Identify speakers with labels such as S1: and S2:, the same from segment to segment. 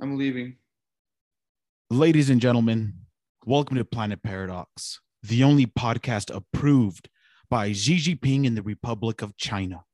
S1: I'm leaving.
S2: Ladies and gentlemen, welcome to Planet Paradox, the only podcast approved by Xi Jinping in the Republic of China.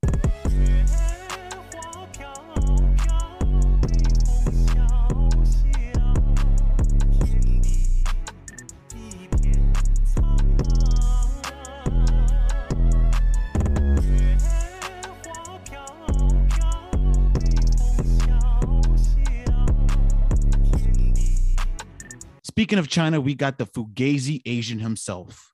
S2: Speaking of China, we got the Fugazi Asian himself.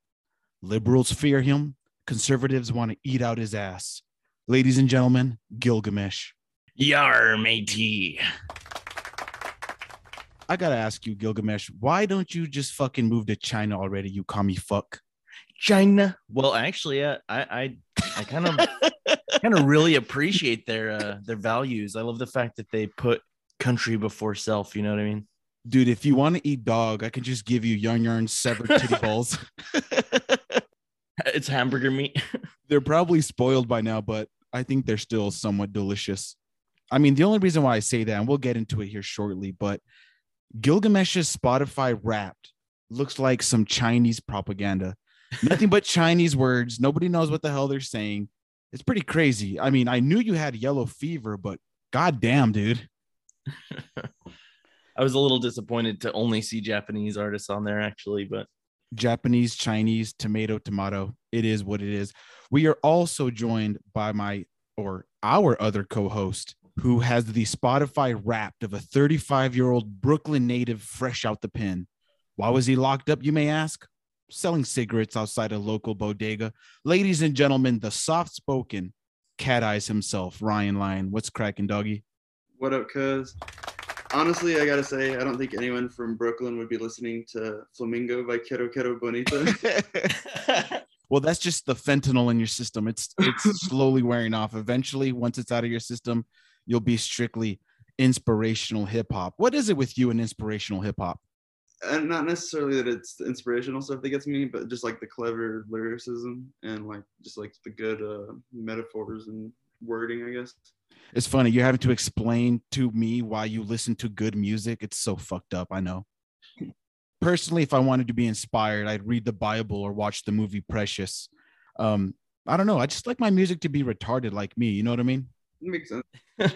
S2: Liberals fear him, conservatives want to eat out his ass. Ladies and gentlemen, Gilgamesh.
S3: Yar, matey.
S2: I gotta ask you, Gilgamesh, why don't you just fucking move to China already, you commie fuck?
S3: China. Well, actually, uh, I I I kind of kind of really appreciate their uh, their values. I love the fact that they put country before self. You know what I mean?
S2: Dude, if you want to eat dog, I can just give you yarn yarn severed titty balls.
S3: It's hamburger meat.
S2: They're probably spoiled by now, but I think they're still somewhat delicious. I mean, the only reason why I say that, and we'll get into it here shortly, but Gilgamesh's Spotify wrapped looks like some Chinese propaganda. Nothing but Chinese words. Nobody knows what the hell they're saying. It's pretty crazy. I mean, I knew you had yellow fever, but goddamn, dude.
S3: I was a little disappointed to only see Japanese artists on there actually, but
S2: Japanese, Chinese, tomato, tomato. It is what it is. We are also joined by my or our other co host who has the Spotify wrapped of a 35 year old Brooklyn native fresh out the pen. Why was he locked up, you may ask? Selling cigarettes outside a local bodega. Ladies and gentlemen, the soft spoken cat eyes himself, Ryan Lyon. What's cracking, doggy?
S1: What up, cuz? Honestly, I gotta say, I don't think anyone from Brooklyn would be listening to Flamingo by Quero Quero Bonita.
S2: Well, that's just the fentanyl in your system. It's it's slowly wearing off. Eventually, once it's out of your system, you'll be strictly inspirational hip hop. What is it with you and inspirational hip hop?
S1: and not necessarily that it's the inspirational stuff that gets me, but just like the clever lyricism and like just like the good uh, metaphors and wording, I guess.
S2: It's funny. You're having to explain to me why you listen to good music. It's so fucked up. I know. Personally, if I wanted to be inspired, I'd read the Bible or watch the movie Precious. Um, I don't know. I just like my music to be retarded like me. You know what I mean?
S1: It makes sense.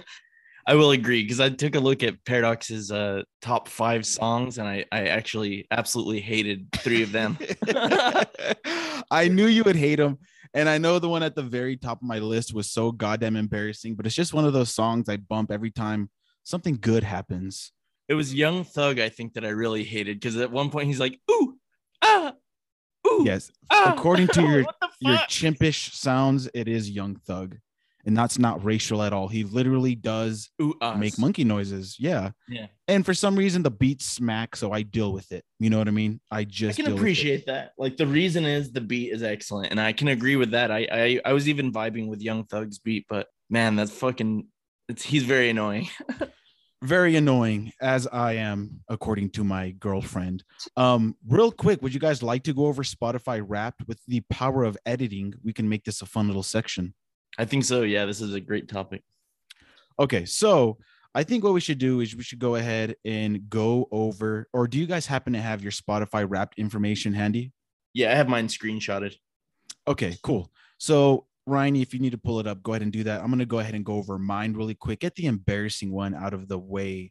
S3: I will agree because I took a look at Paradox's uh, top five songs and I, I actually absolutely hated three of them.
S2: I knew you would hate him. And I know the one at the very top of my list was so goddamn embarrassing, but it's just one of those songs I bump every time something good happens.
S3: It was Young Thug, I think, that I really hated because at one point he's like, ooh, ah, ooh.
S2: Yes.
S3: ah,
S2: According to your
S3: what the
S2: your
S3: fuck?"
S2: chimpish sounds, it is Young Thug. And that's not racial at all. He literally does
S3: ooh, us.
S2: make monkey noises. Yeah.
S3: Yeah.
S2: And for some reason, the beat smack, so I deal with it. You know what I mean? I
S3: I
S2: just
S3: can
S2: deal with it.
S3: appreciate that. Like the reason is the beat is excellent, and I can agree with that. I I, I was even vibing with Young Thug's beat, but man, that's fucking. It's he's very annoying.
S2: Very annoying, as I am, according to my girlfriend. Um, real quick, would you guys like to go over Spotify Wrapped with the power of editing? We can make this a fun little section.
S3: I think so. Yeah, this is a great topic.
S2: Okay, so I think what we should do is we should go ahead and go over, or do you guys happen to have your Spotify Wrapped information handy?
S3: Yeah, I have mine screenshotted.
S2: Okay, cool. So, Ryan, if you need to pull it up, go ahead and do that. I'm going to go ahead and go over mine really quick. Get the embarrassing one out of the way.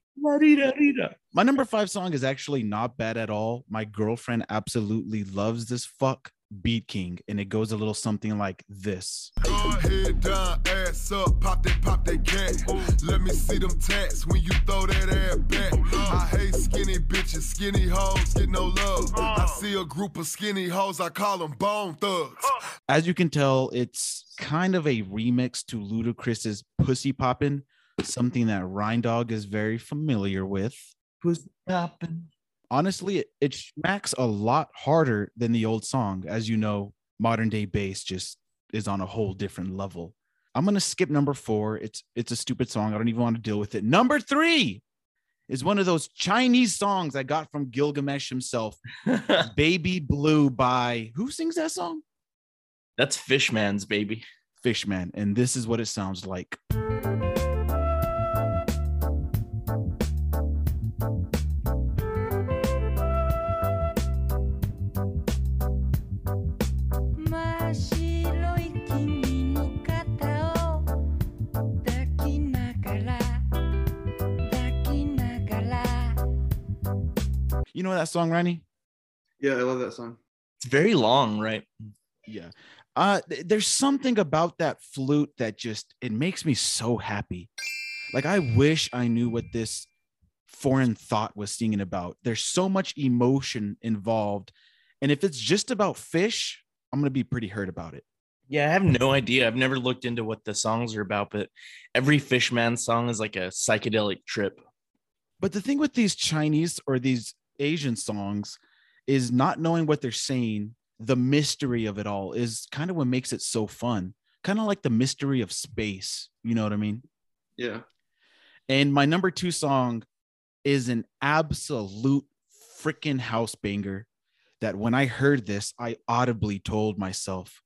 S2: My number five song is actually not bad at all. My girlfriend absolutely loves this fuck Beat King, and it goes a little something like this.
S4: Go ahead, down, ass up, pop that, pop that cat. Let me see them tats when you throw that ass back. I hate skinny bitches, skinny hoes get no love. I see a group of skinny hoes, I call them bone thugs.
S2: As you can tell, it's kind of a remix to Ludacris's Pussy Poppin', something that Ryan Dog is very familiar with. honestly, it, it smacks a lot harder than the old song. As you know, modern day bass just is on a whole different level. I'm gonna skip number four. It's it's a stupid song. I don't even want to deal with it. Number three is one of those Chinese songs I got from Gilgamesh himself, "Baby Blue" by who sings that song?
S3: That's Fishman's baby.
S2: Fishman. And this is what it sounds like. You know that song, Ronnie?
S1: Yeah, I love that song.
S3: It's very long, right?
S2: Yeah. Uh, th- there's something about that flute that just it makes me so happy. Like I wish I knew what this foreign thought was singing about. There's so much emotion involved, and if it's just about fish, I'm gonna be pretty hurt about it.
S3: Yeah, I have no idea. I've never looked into what the songs are about, but every Fishman song is like a psychedelic trip.
S2: But the thing with these Chinese or these Asian songs is not knowing what they're saying, the mystery of it all is kind of what makes it so fun. Kind of like the mystery of space. You know what I mean?
S1: Yeah.
S2: And my number two song is an absolute freaking house banger that when I heard this, I audibly told myself,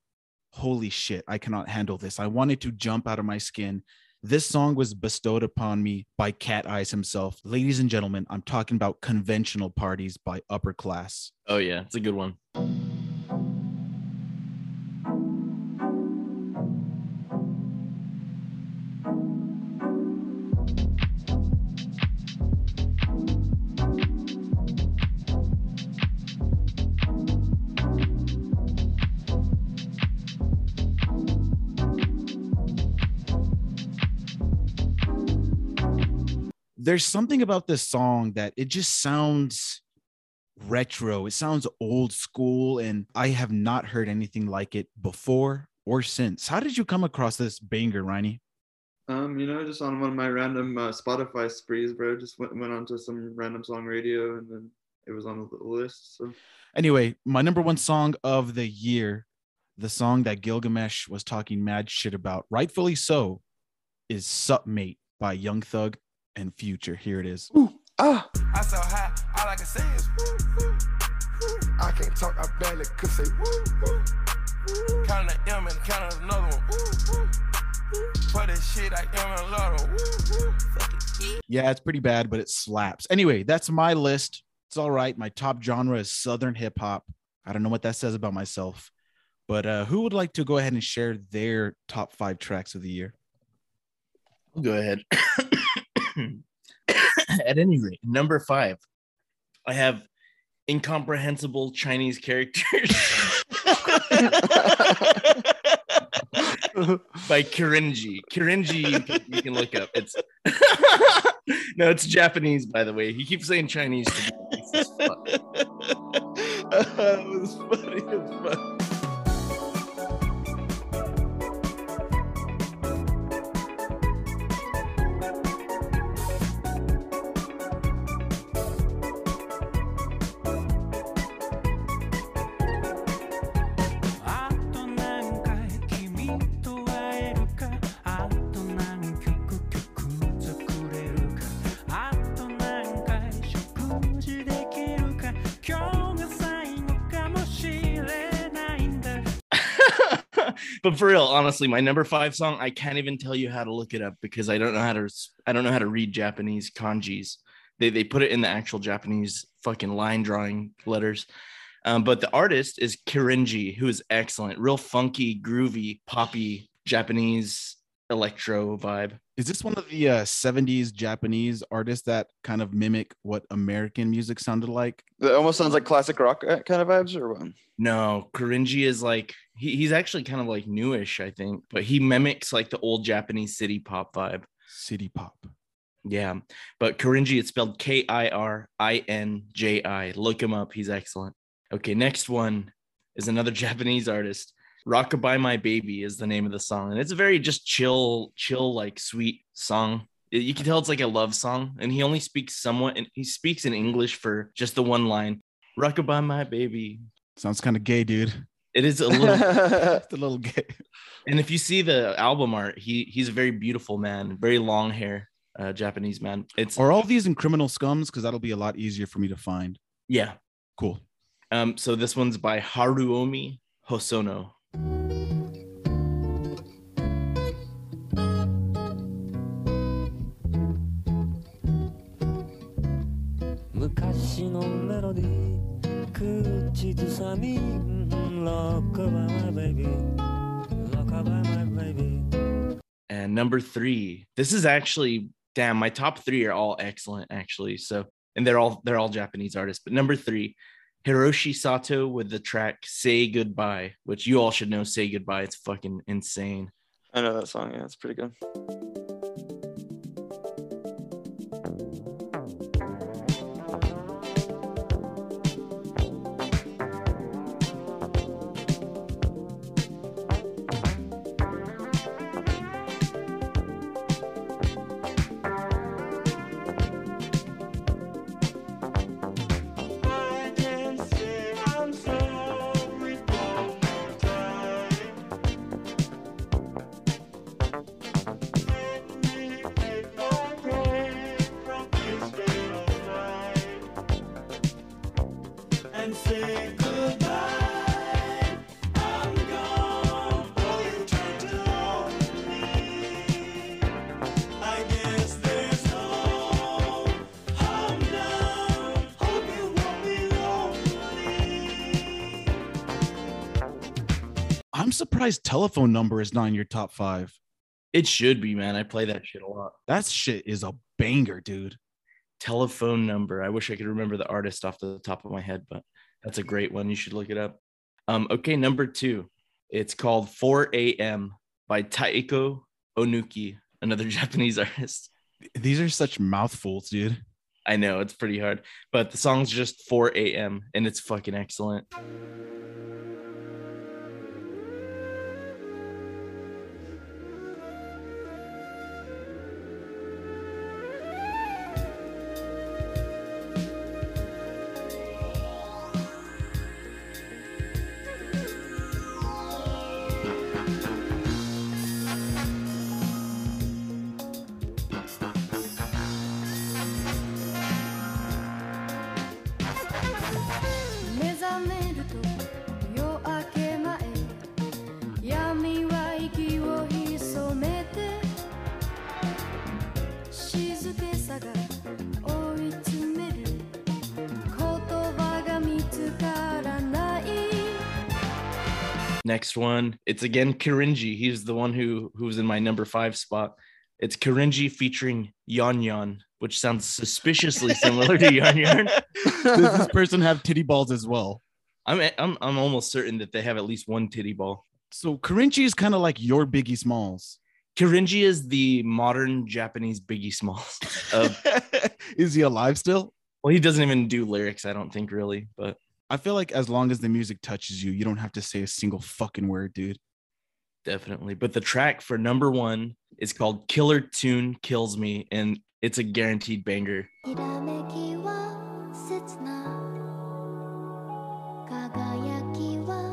S2: Holy shit, I cannot handle this. I wanted to jump out of my skin. This song was bestowed upon me by Cat Eyes himself. Ladies and gentlemen, I'm talking about conventional parties by upper class.
S3: Oh yeah, it's a good one.
S2: there's something about this song that it just sounds retro. It sounds old school, and I have not heard anything like it before or since. How did you come across this banger, Ronnie?
S1: Um, you know, just on one of my random uh, Spotify sprees, bro. Just went went onto some random song radio, and then it was on the list. So
S2: Anyway, my number one song of the year, the song that Gilgamesh was talking mad shit about, rightfully so, is Sup Mate by Young Thug and Future. Here it is.
S4: Ah.
S5: I so high, all I can say is woo, woo, woo.
S4: I can't talk about it, cause say woo, woo, woo.
S5: Counting the M and counting another one. Woo, woo, woo. For this shit, I am in love. Woo, woo. Fuck it.
S2: Yeah, it's pretty bad, but it slaps. Anyway, that's my list. It's all right. My top genre is Southern hip hop. I don't know what that says about myself, but uh, who would like to go ahead and share their top five tracks of the year?
S3: Go ahead. At any rate, number five, I have incomprehensible Chinese characters by Kirinji. Kirinji, you can, you can look up. It's no, it's Japanese, by the way. He keeps saying Chinese. To me. It's just fuck. it was funny as fuck.
S6: 「あと何回君と会えるか」「あと何曲曲作れるか」「あと何回食事できるか」「今日が最後かもしれないんだ」
S3: but for real, honestly, my number five song, I can't even tell you how to look it up because I don't know how to I don't know how to read Japanese kanjis. They they put it in the actual Japanese fucking line drawing letters. Um, but the artist is Kirinji, who is excellent, real funky, groovy, poppy Japanese electro vibe.
S2: Is this one of the uh, 70s Japanese artists that kind of mimic what American music sounded like?
S7: That almost sounds like classic rock uh, kind of vibes, or what?
S3: No, Kirinji is like he, he's actually kind of like newish, I think, but he mimics like the old Japanese city pop vibe.
S2: City pop.
S3: Yeah, but Kirinji, it's spelled K I R I N J I. Look him up. He's excellent. Okay, next one is another Japanese artist. Rockabye My Baby is the name of the song. And it's a very just chill, chill, like sweet song. Y- You can tell it's like a love song. And he only speaks somewhat, and he speaks in English for just the one line Rockabye My Baby.
S2: Sounds kind of gay, dude.
S3: It is a little.
S2: It's a little gay.
S3: and if you see the album art, he he's a very beautiful man, very long hair, uh, Japanese man. It's
S2: Are all these in criminal scums? Because that'll be a lot easier for me to find.
S3: yeah,
S2: Cool.
S3: Um, so this one's by Haruomi Hosono.
S6: 「昔のメロディー口ずさみ」「ロックバーベビー」「ロックバーベビー」
S3: And number three, this is actually damn. My top three are all excellent, actually. So and they're all they're all Japanese artists. But number three, Hiroshi Sato with the track "Say Goodbye," which you all should know. "Say Goodbye," it's fucking insane.
S7: I know that song. Yeah, it's pretty good.
S2: I'm surprised telephone number is not in your top five.
S3: It should be, man. I play that shit a lot.
S2: That shit is a banger, dude.
S3: telephone number. I wish I could remember the artist off the top of my head, but that's a great one. You should look it up. Um, okay, number two. It's called 4 a.m. by Taiko Onuki, another Japanese artist.
S2: These are such mouthfuls, dude.
S3: I know it's pretty hard, but the song's just 4 a.m. and it's fucking excellent.
S8: 「目覚めると夜明け前」「闇は息を潜めて」「静けさが追い詰める」「言葉が見つからない」
S3: Next one, it's again Kirinji. He's the one who who was in my number five spot. It's Kirinji featuring Yon Yon, which sounds suspiciously similar to Yon Yon.
S2: Does this person have titty balls as well?
S3: I'm I'm I'm almost certain that they have at least one titty ball.
S2: So Karinchi is kind of like your Biggie Smalls.
S3: Kirinji is the modern Japanese Biggie Smalls. Of,
S2: is he alive still?
S3: well, he doesn't even do lyrics, I don't think really, but
S2: I feel like as long as the music touches you, you don't have to say a single fucking word, dude.
S3: definitely. But the track for number one is called "Killer Tune Kills Me," and it's a guaranteed banger.
S8: ひらめきは刹那輝きは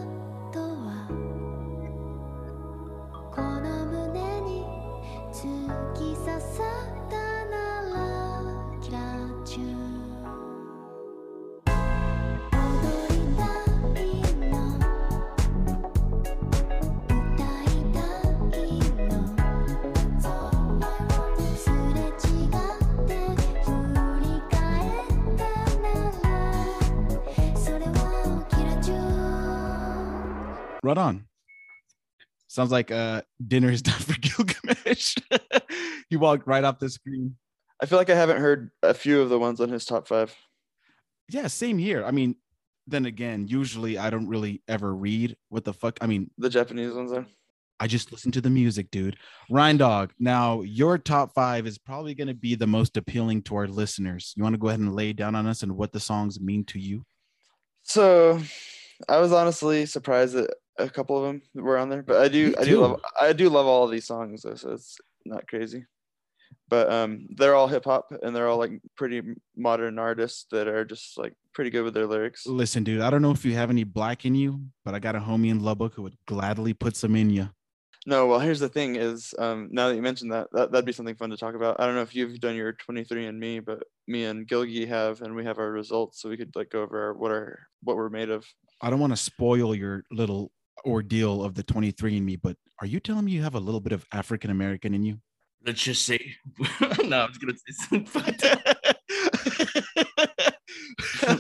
S8: 永遠この胸に突き刺さったならキラーチュー踊りたいの歌いたいの「すれ違って振り返って」「ならそれはキラチュー」
S2: Right on. Sounds like uh, dinner is done for Gilgamesh. he walked right off the screen.
S7: I feel like I haven't heard a few of the ones on his top five.
S2: Yeah, same here. I mean, then again, usually I don't really ever read what the fuck. I mean,
S7: The Japanese ones there.
S2: I just listen to the music, dude. Ryan Dog, now your top five is probably going to be the most appealing to our listeners. You want to go ahead and lay down on us and what the songs mean to you?
S7: So, I was honestly surprised that a couple of them were on there, but I do,
S2: Me
S7: I
S2: too.
S7: do love, I do love all of these songs though, so it's not crazy. But um, they're all hip hop and they're all like pretty modern artists that are just like pretty good with their lyrics.
S2: Listen, dude, I don't know if you have any black in you, but I got a homie in Lubbock who would gladly put some in you.
S7: No, well, here's the thing: is um, now that you mentioned that, that, that'd be something fun to talk about. I don't know if you've done your 23andMe, but me and Gilgi have, and we have our results, so we could like go over our, what our what we're made of.
S2: I don't want to spoil your little ordeal of the 23 and me, but are you telling me you have a little bit of African American in you?
S3: Let's just say, no, I was gonna say something. fucked up.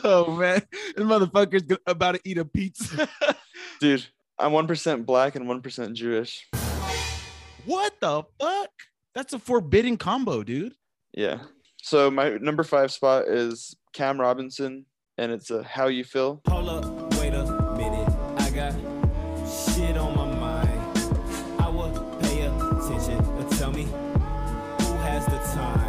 S2: oh man, this motherfucker's go- about to eat a pizza.
S7: Dude, I'm one percent black and one percent Jewish.
S2: what the fuck? That's a forbidding combo, dude.
S7: Yeah, So my number five spot is Cam Robinson, and it's a How You Feel.
S9: Hold up, wait a minute. I got shit on my mind. I would pay attention, but tell me who has the time?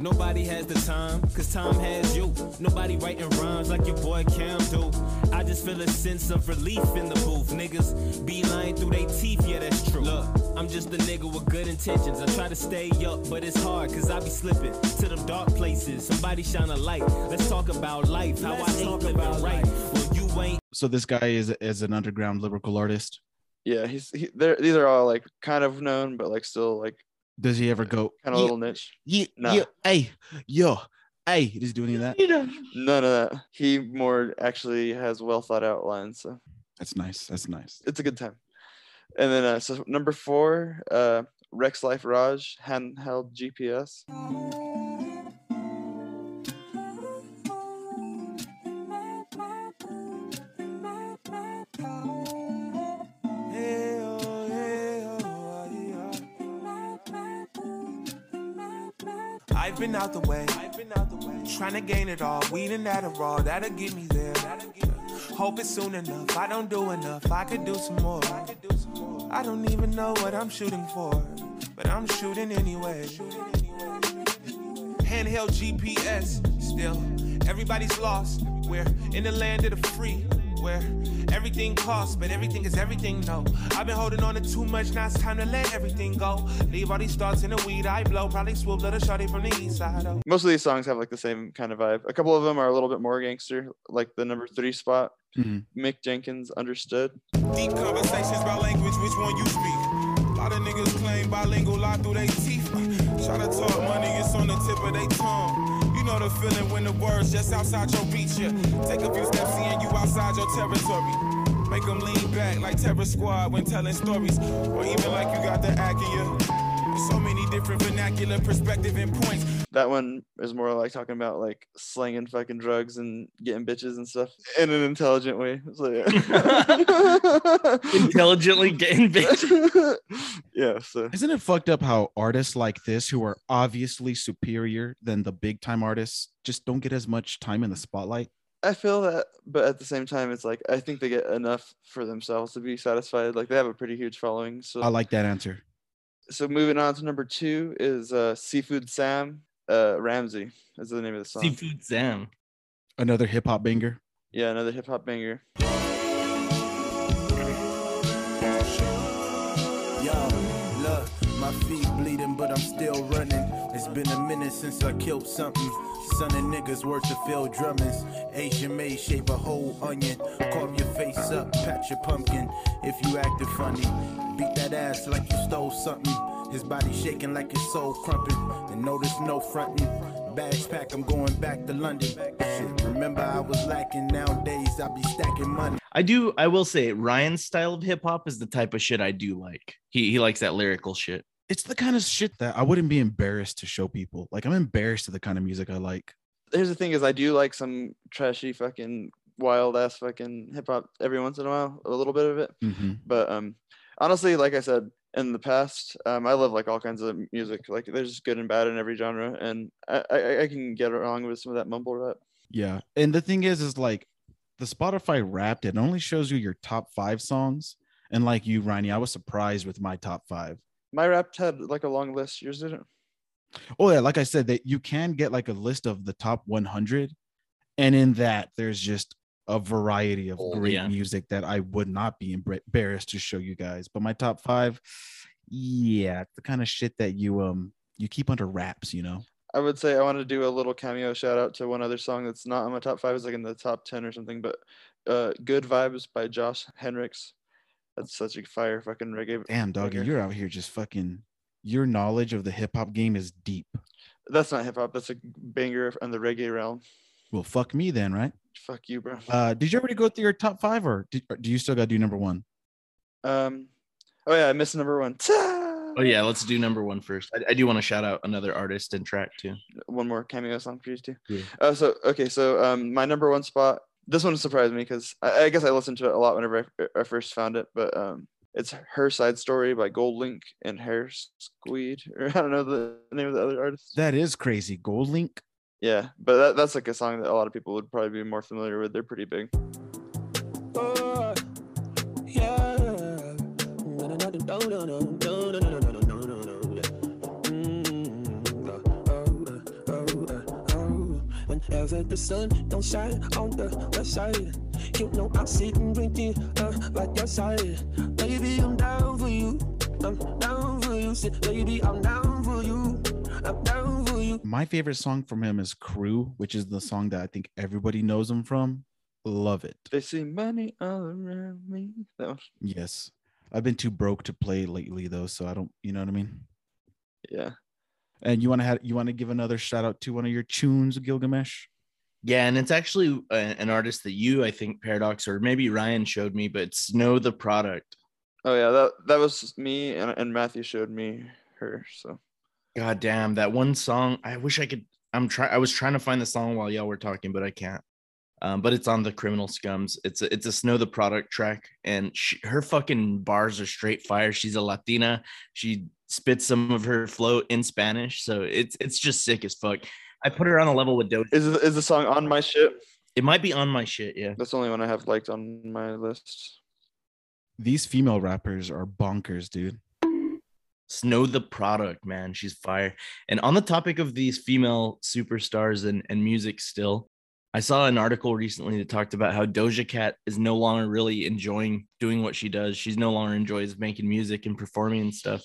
S9: Nobody has the time, cause time has you. Nobody writing rhymes like your boy Cam do. I just feel a sense of relief in the booth. Niggas be lying through their teeth, yeah, that's true. Look, I'm just a nigga with good intentions. I try to stay up, but it's hard, cause I be slipping to them dark places. Somebody shine a light. Let's talk about life, how I ain't living right. Well, you ain't.
S2: So this guy is is an underground lyrical artist.
S7: Yeah, he's he, they're- these are all like kind of known, but like still like
S2: Does he ever go?
S7: kind of a little niche.
S2: Yeah,
S7: Nah.
S2: yeah, hey, yo, hey. Does he do any of that?
S7: None of that. He more actually has well thought out lines, so
S2: That's nice. That's nice.
S7: it's a good time. And then uh, so number four, uh, Rex Life Raj handheld GPS.
S5: I've been out the way, I've been out the way, trying to gain it all. Weed and Adderall, that'll get me there. That'll get me. Hope it's soon enough. I don't do enough. I could do some more. I could do some more. I don't even know what I'm shooting for, but I'm shooting anyway. Handheld GPS, still everybody's lost. We're in the land of the free, where everything costs, but everything is everything. No, I've been holding on to too much. Now it's time to let everything go. Leave all these thoughts in the weed I blow. Probably swoop little shorty from the east side. Oh.
S7: Most of these songs have like the same kind of vibe. A couple of them are a little bit more gangster, like the number three spot,
S2: Mhm.
S7: Mick Jenkins, Understood.
S5: Deep conversations about language, which one you speak? A lot of niggas claim bilingual, lie through their teeth. Try to talk money, it's on the tip of their tongue. You know the feeling when the words just outside your reach. Yeah. Take a few steps, seeing you outside your territory. Make them lean back like Terror Squad when telling stories, or even like you got the act in you. So many different vernacular perspective and points.
S7: That one is more like talking about like slinging fucking drugs and getting bitches and stuff in an intelligent way. It's like-
S3: Intelligently getting bitch.
S7: yeah, so
S2: Isn't it fucked up how artists like this, who are obviously superior than the big time artists, just don't get as much time in the spotlight?
S7: I feel that, but at the same time, it's like I think they get enough for themselves to be satisfied. Like they have a pretty huge following. So,
S2: I like that answer.
S7: so moving on to number two is uh, Seafood Sam uh, Ramsey is the name of the song.
S3: Seafood Sam.
S2: Another hip hop banger.
S7: Yeah, another hip hop banger.
S9: Yo, look, my feet bleeding, but I'm still running. It's been a minute since I killed something. Son of niggas worth the field drummings. Asian made shape a whole onion. Carve your face up, patch your pumpkin. If you acted funny, beat that ass like you stole something. His body shaking like his soul crumping. And notice no fronting. Bags packed, I'm going back to London. Shit, remember I was lacking. Nowadays I be stacking money.
S3: I do. I will say Ryan's style of hip hop is the type of shit I do like. He he likes that lyrical shit.
S2: It's the kind of shit that I wouldn't be embarrassed to show people. Like I'm embarrassed of the kind of music I like.
S7: Here's the thing: is I do like some trashy fucking wild ass fucking hip hop every once in a while, a little bit of it.
S2: Mhm.
S7: but um honestly like i said in the past um i love like all kinds of music like there's good and bad in every genre and i i, I can get along with some of that mumble rap
S2: Yeah. And the thing is, is like the Spotify Wrapped. It only shows you your top five songs. And like you, Ronnie, I was surprised with my top five.
S7: my rap had like a long list yours didn't
S2: oh yeah like i said that you can get like a list of the top 100 and in that there's just a variety of
S3: Oh,
S2: great
S3: yeah.
S2: music that i would not be embar- embarrassed to show you guys but my top five yeah it's the kind of shit that you um you keep under wraps you know
S7: i would say i want to do a little cameo shout out to one other song that's not on my top five it's like in the top 10 or something but uh good vibes by josh henricks that's such a fire fucking reggae
S2: damn doggy
S7: Okay.
S2: you're out here just fucking your knowledge of the hip-hop game is deep
S7: that's not hip-hop that's a banger on the reggae realm
S2: well fuck me then right
S7: fuck you bro
S2: uh did you already go through your top five or, did, or do you still gotta do number one
S7: um oh yeah i missed number one
S3: Oh yeah, let's do number one first. I, I do want to shout out another artist and track too.
S7: one more cameo song for you too.
S2: Yeah.
S7: Uh, so okay, so um, my number one spot. This one surprised me because I, I guess I listened to it a lot whenever I, I first found it, but um, It's Her Side Story by Gold Link and Hair Squeed. Or I don't know the name of the other artist.
S2: That is crazy. Gold Link.
S7: Yeah, but that, that's like a song that a lot of people would probably be more familiar with. They're pretty big.
S9: Oh, yeah. No, no, no, no, no, no, no, no, no, no, no, no, no, no, no. Mm, uh, oh, uh, oh, uh, oh. Whenever the sun don't shine on the west side, you know I'm sitting drinking uh, like your side. Baby, I'm down for you. I'm down for you. Say, baby, I'm down for you. I'm down for you.
S2: My favorite song from him is Crew, which is the song that I think everybody knows him from. Love it.
S7: They see money all around me. That one.
S2: Yes. I've been too broke to play lately though, so I don't, you know what I mean?
S7: Yeah.
S2: And you want to have you want to give another shout out to one of your tunes, Gilgamesh?
S3: Yeah, and it's actually a- an artist that you, I think, Paradox or maybe Ryan showed me, but Snow the Product.
S7: Oh yeah, that that was me and, and Matthew showed me her. So
S3: God damn, that one song. I wish I could. I'm try. I was trying to find the song while y'all were talking, but I can't. Um, but it's on the Criminal Scums. It's a, it's a Snow the Product track, and she, her fucking bars are straight fire. She's a Latina. She spits some of her flow in Spanish, so it's it's just sick as fuck. I put her on a level with Doja.
S7: is is the song on my ship?
S3: It might be on my shit. Yeah.
S7: That's the only one I have liked on my list.
S2: These female rappers are bonkers, dude.
S3: Snow the product, man. She's fire. And on the topic of these female superstars and, and music still, I saw an article recently that talked about how Doja Cat is no longer really enjoying doing what she does. She's no longer enjoys making music and performing and stuff.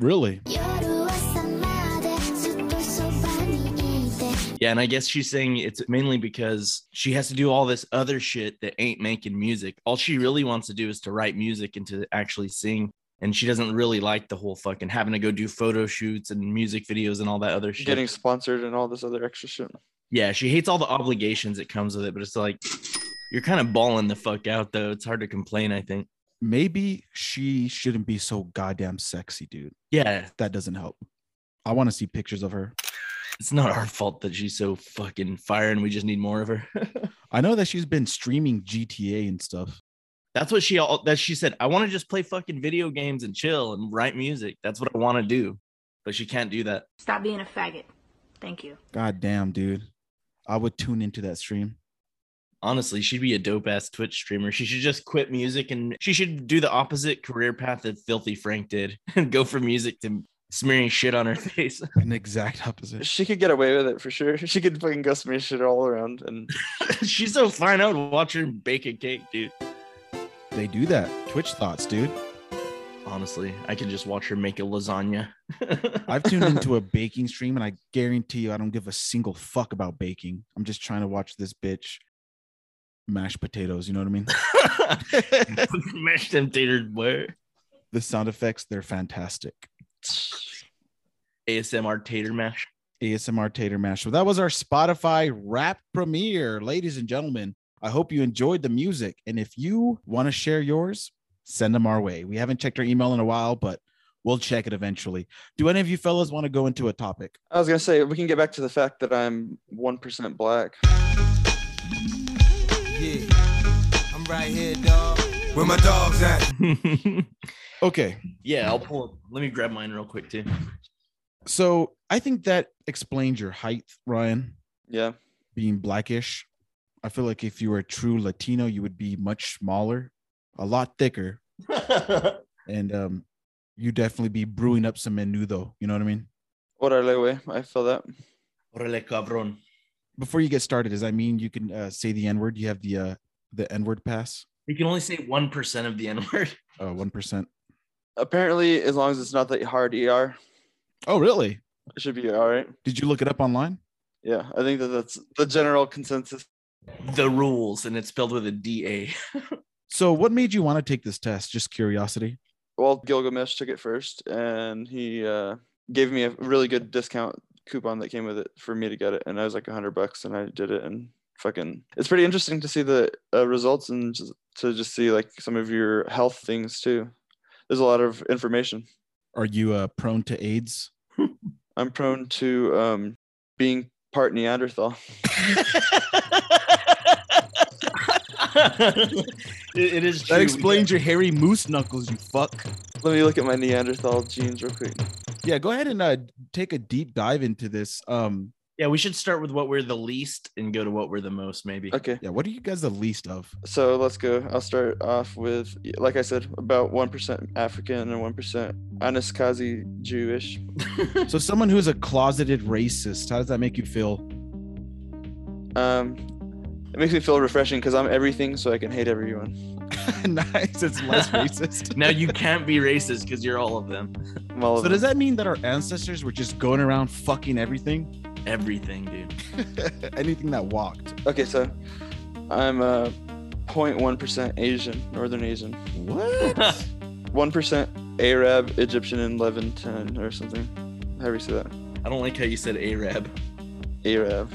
S2: Really?
S8: 夜朝までずっとそばにいて
S3: Yeah, and I guess she's saying it's mainly because she has to do all this other shit that ain't making music. All she really wants to do is to write music and to actually sing. And she doesn't really like the whole fucking having to go do photo shoots and music videos and all that other shit.
S7: Getting sponsored and all this other extra shit.
S3: Yeah, she hates all the obligations that comes with it, but it's like you're kind of balling the fuck out though. It's hard to complain, I think.
S2: Maybe she shouldn't be so goddamn sexy, dude.
S3: Yeah,
S2: That doesn't help. I want to see pictures of her.
S3: it's not our fault that she's so fucking fire and we just need more of her.
S2: I know that she's been streaming GTA and stuff.
S3: That's what she all that she said, I want to just play fucking video games and chill and write music. That's what I want to do. But she can't do that.
S10: Stop being a faggot. Thank you.
S2: God damn, dude. I would tune into that stream.
S3: Honestly, she'd be a dope ass Twitch streamer. She should just quit music and she should do the opposite career path that Filthy Frank did and go from music to smearing shit on her face.
S2: An exact opposite.
S7: She could get away with it for sure. She could fucking go smash shit all around and
S3: she's so fine. I would watch her bake a cake, dude.
S2: They do that. Twitch thoughts, dude.
S3: Honestly, I can just watch her make a lasagna.
S2: I've tuned into a baking stream and I guarantee you I don't give a single fuck about baking. I'm just trying to watch this bitch mash potatoes. You know what I mean?
S3: Mashed temptator where
S2: The sound effects, they're fantastic.
S3: ASMR tater mash.
S2: ASMR Tater Mash. So that was our Spotify rap premiere, ladies and gentlemen. I hope you enjoyed the music. And if you want to share yours, send them our way. We haven't checked our email in a while, but we'll check it eventually. Do any of you fellas want to go into a topic?
S7: I was gonna say we can get back to the fact that I'm one percent black.
S9: Yeah, I'm right here, dog.
S5: Where my dogs at?
S2: Okay.
S3: yeah, I'll pull up. Let me grab mine real quick too.
S2: So I think that explains your height, Ryan,
S7: Yeah.
S2: being blackish. I feel like if you were a true Latino, you would be much smaller, a lot thicker, and um, you definitely be brewing up some menudo. You know what I mean?
S7: Orale way. I feel that.
S3: Orale cabrón.
S2: before you get started, does that mean you can uh, say the N word? You have the uh, the N word pass, uh,
S3: You can only say one percent of the N word.
S2: one
S7: Apparently, as long as it's not that hard ER,
S2: Oh, really?
S7: it should be all right.
S2: Did you look it up online?
S7: Yeah, I think that that's the general consensus.
S3: The rules, and it's spelled with a D A.
S2: So, what made you want to take this test? Just curiosity.
S7: Well, Gilgamesh took it first, and he uh, gave me a really good discount coupon that came with it for me to get it, and I was like hundred bucks, and I did it, and fucking, it's pretty interesting to see the uh, results and just, to just see like some of your health things too. There's a lot of information.
S2: Are you uh, prone to AIDS?
S7: I'm prone to um, being part Neanderthal.
S11: It, it is.
S2: That explains your hairy moose knuckles, you fuck.
S7: Let me look at my Neanderthal genes real quick.
S2: Yeah, go ahead and uh, take a deep dive into this. Um,
S3: Yeah, we should start with what we're the least and go to what we're the most, maybe.
S7: Okay.
S2: yeah, what are you guys the least of?
S7: So let's go. I'll start off with, like I said, about 1% African and 1% Anasazi Jewish.
S2: So someone who's a closeted racist, how does that make you feel?
S7: Um, it makes me feel refreshing because I'm everything, so I can hate everyone.
S2: nice, it's less racist.
S3: Now you can't be racist because you're all of them.
S7: I'm all of
S2: So does
S7: it.
S2: that mean that our ancestors were just going around fucking everything?
S3: Everything, dude.
S2: Anything that walked.
S7: Okay, so I'm uh, 0.1% Asian, Northern Asian,
S2: What?
S7: 1% Arab, Egyptian, and Levantan or something. How do you say that?
S3: I don't like how you said Arab.
S7: Arab.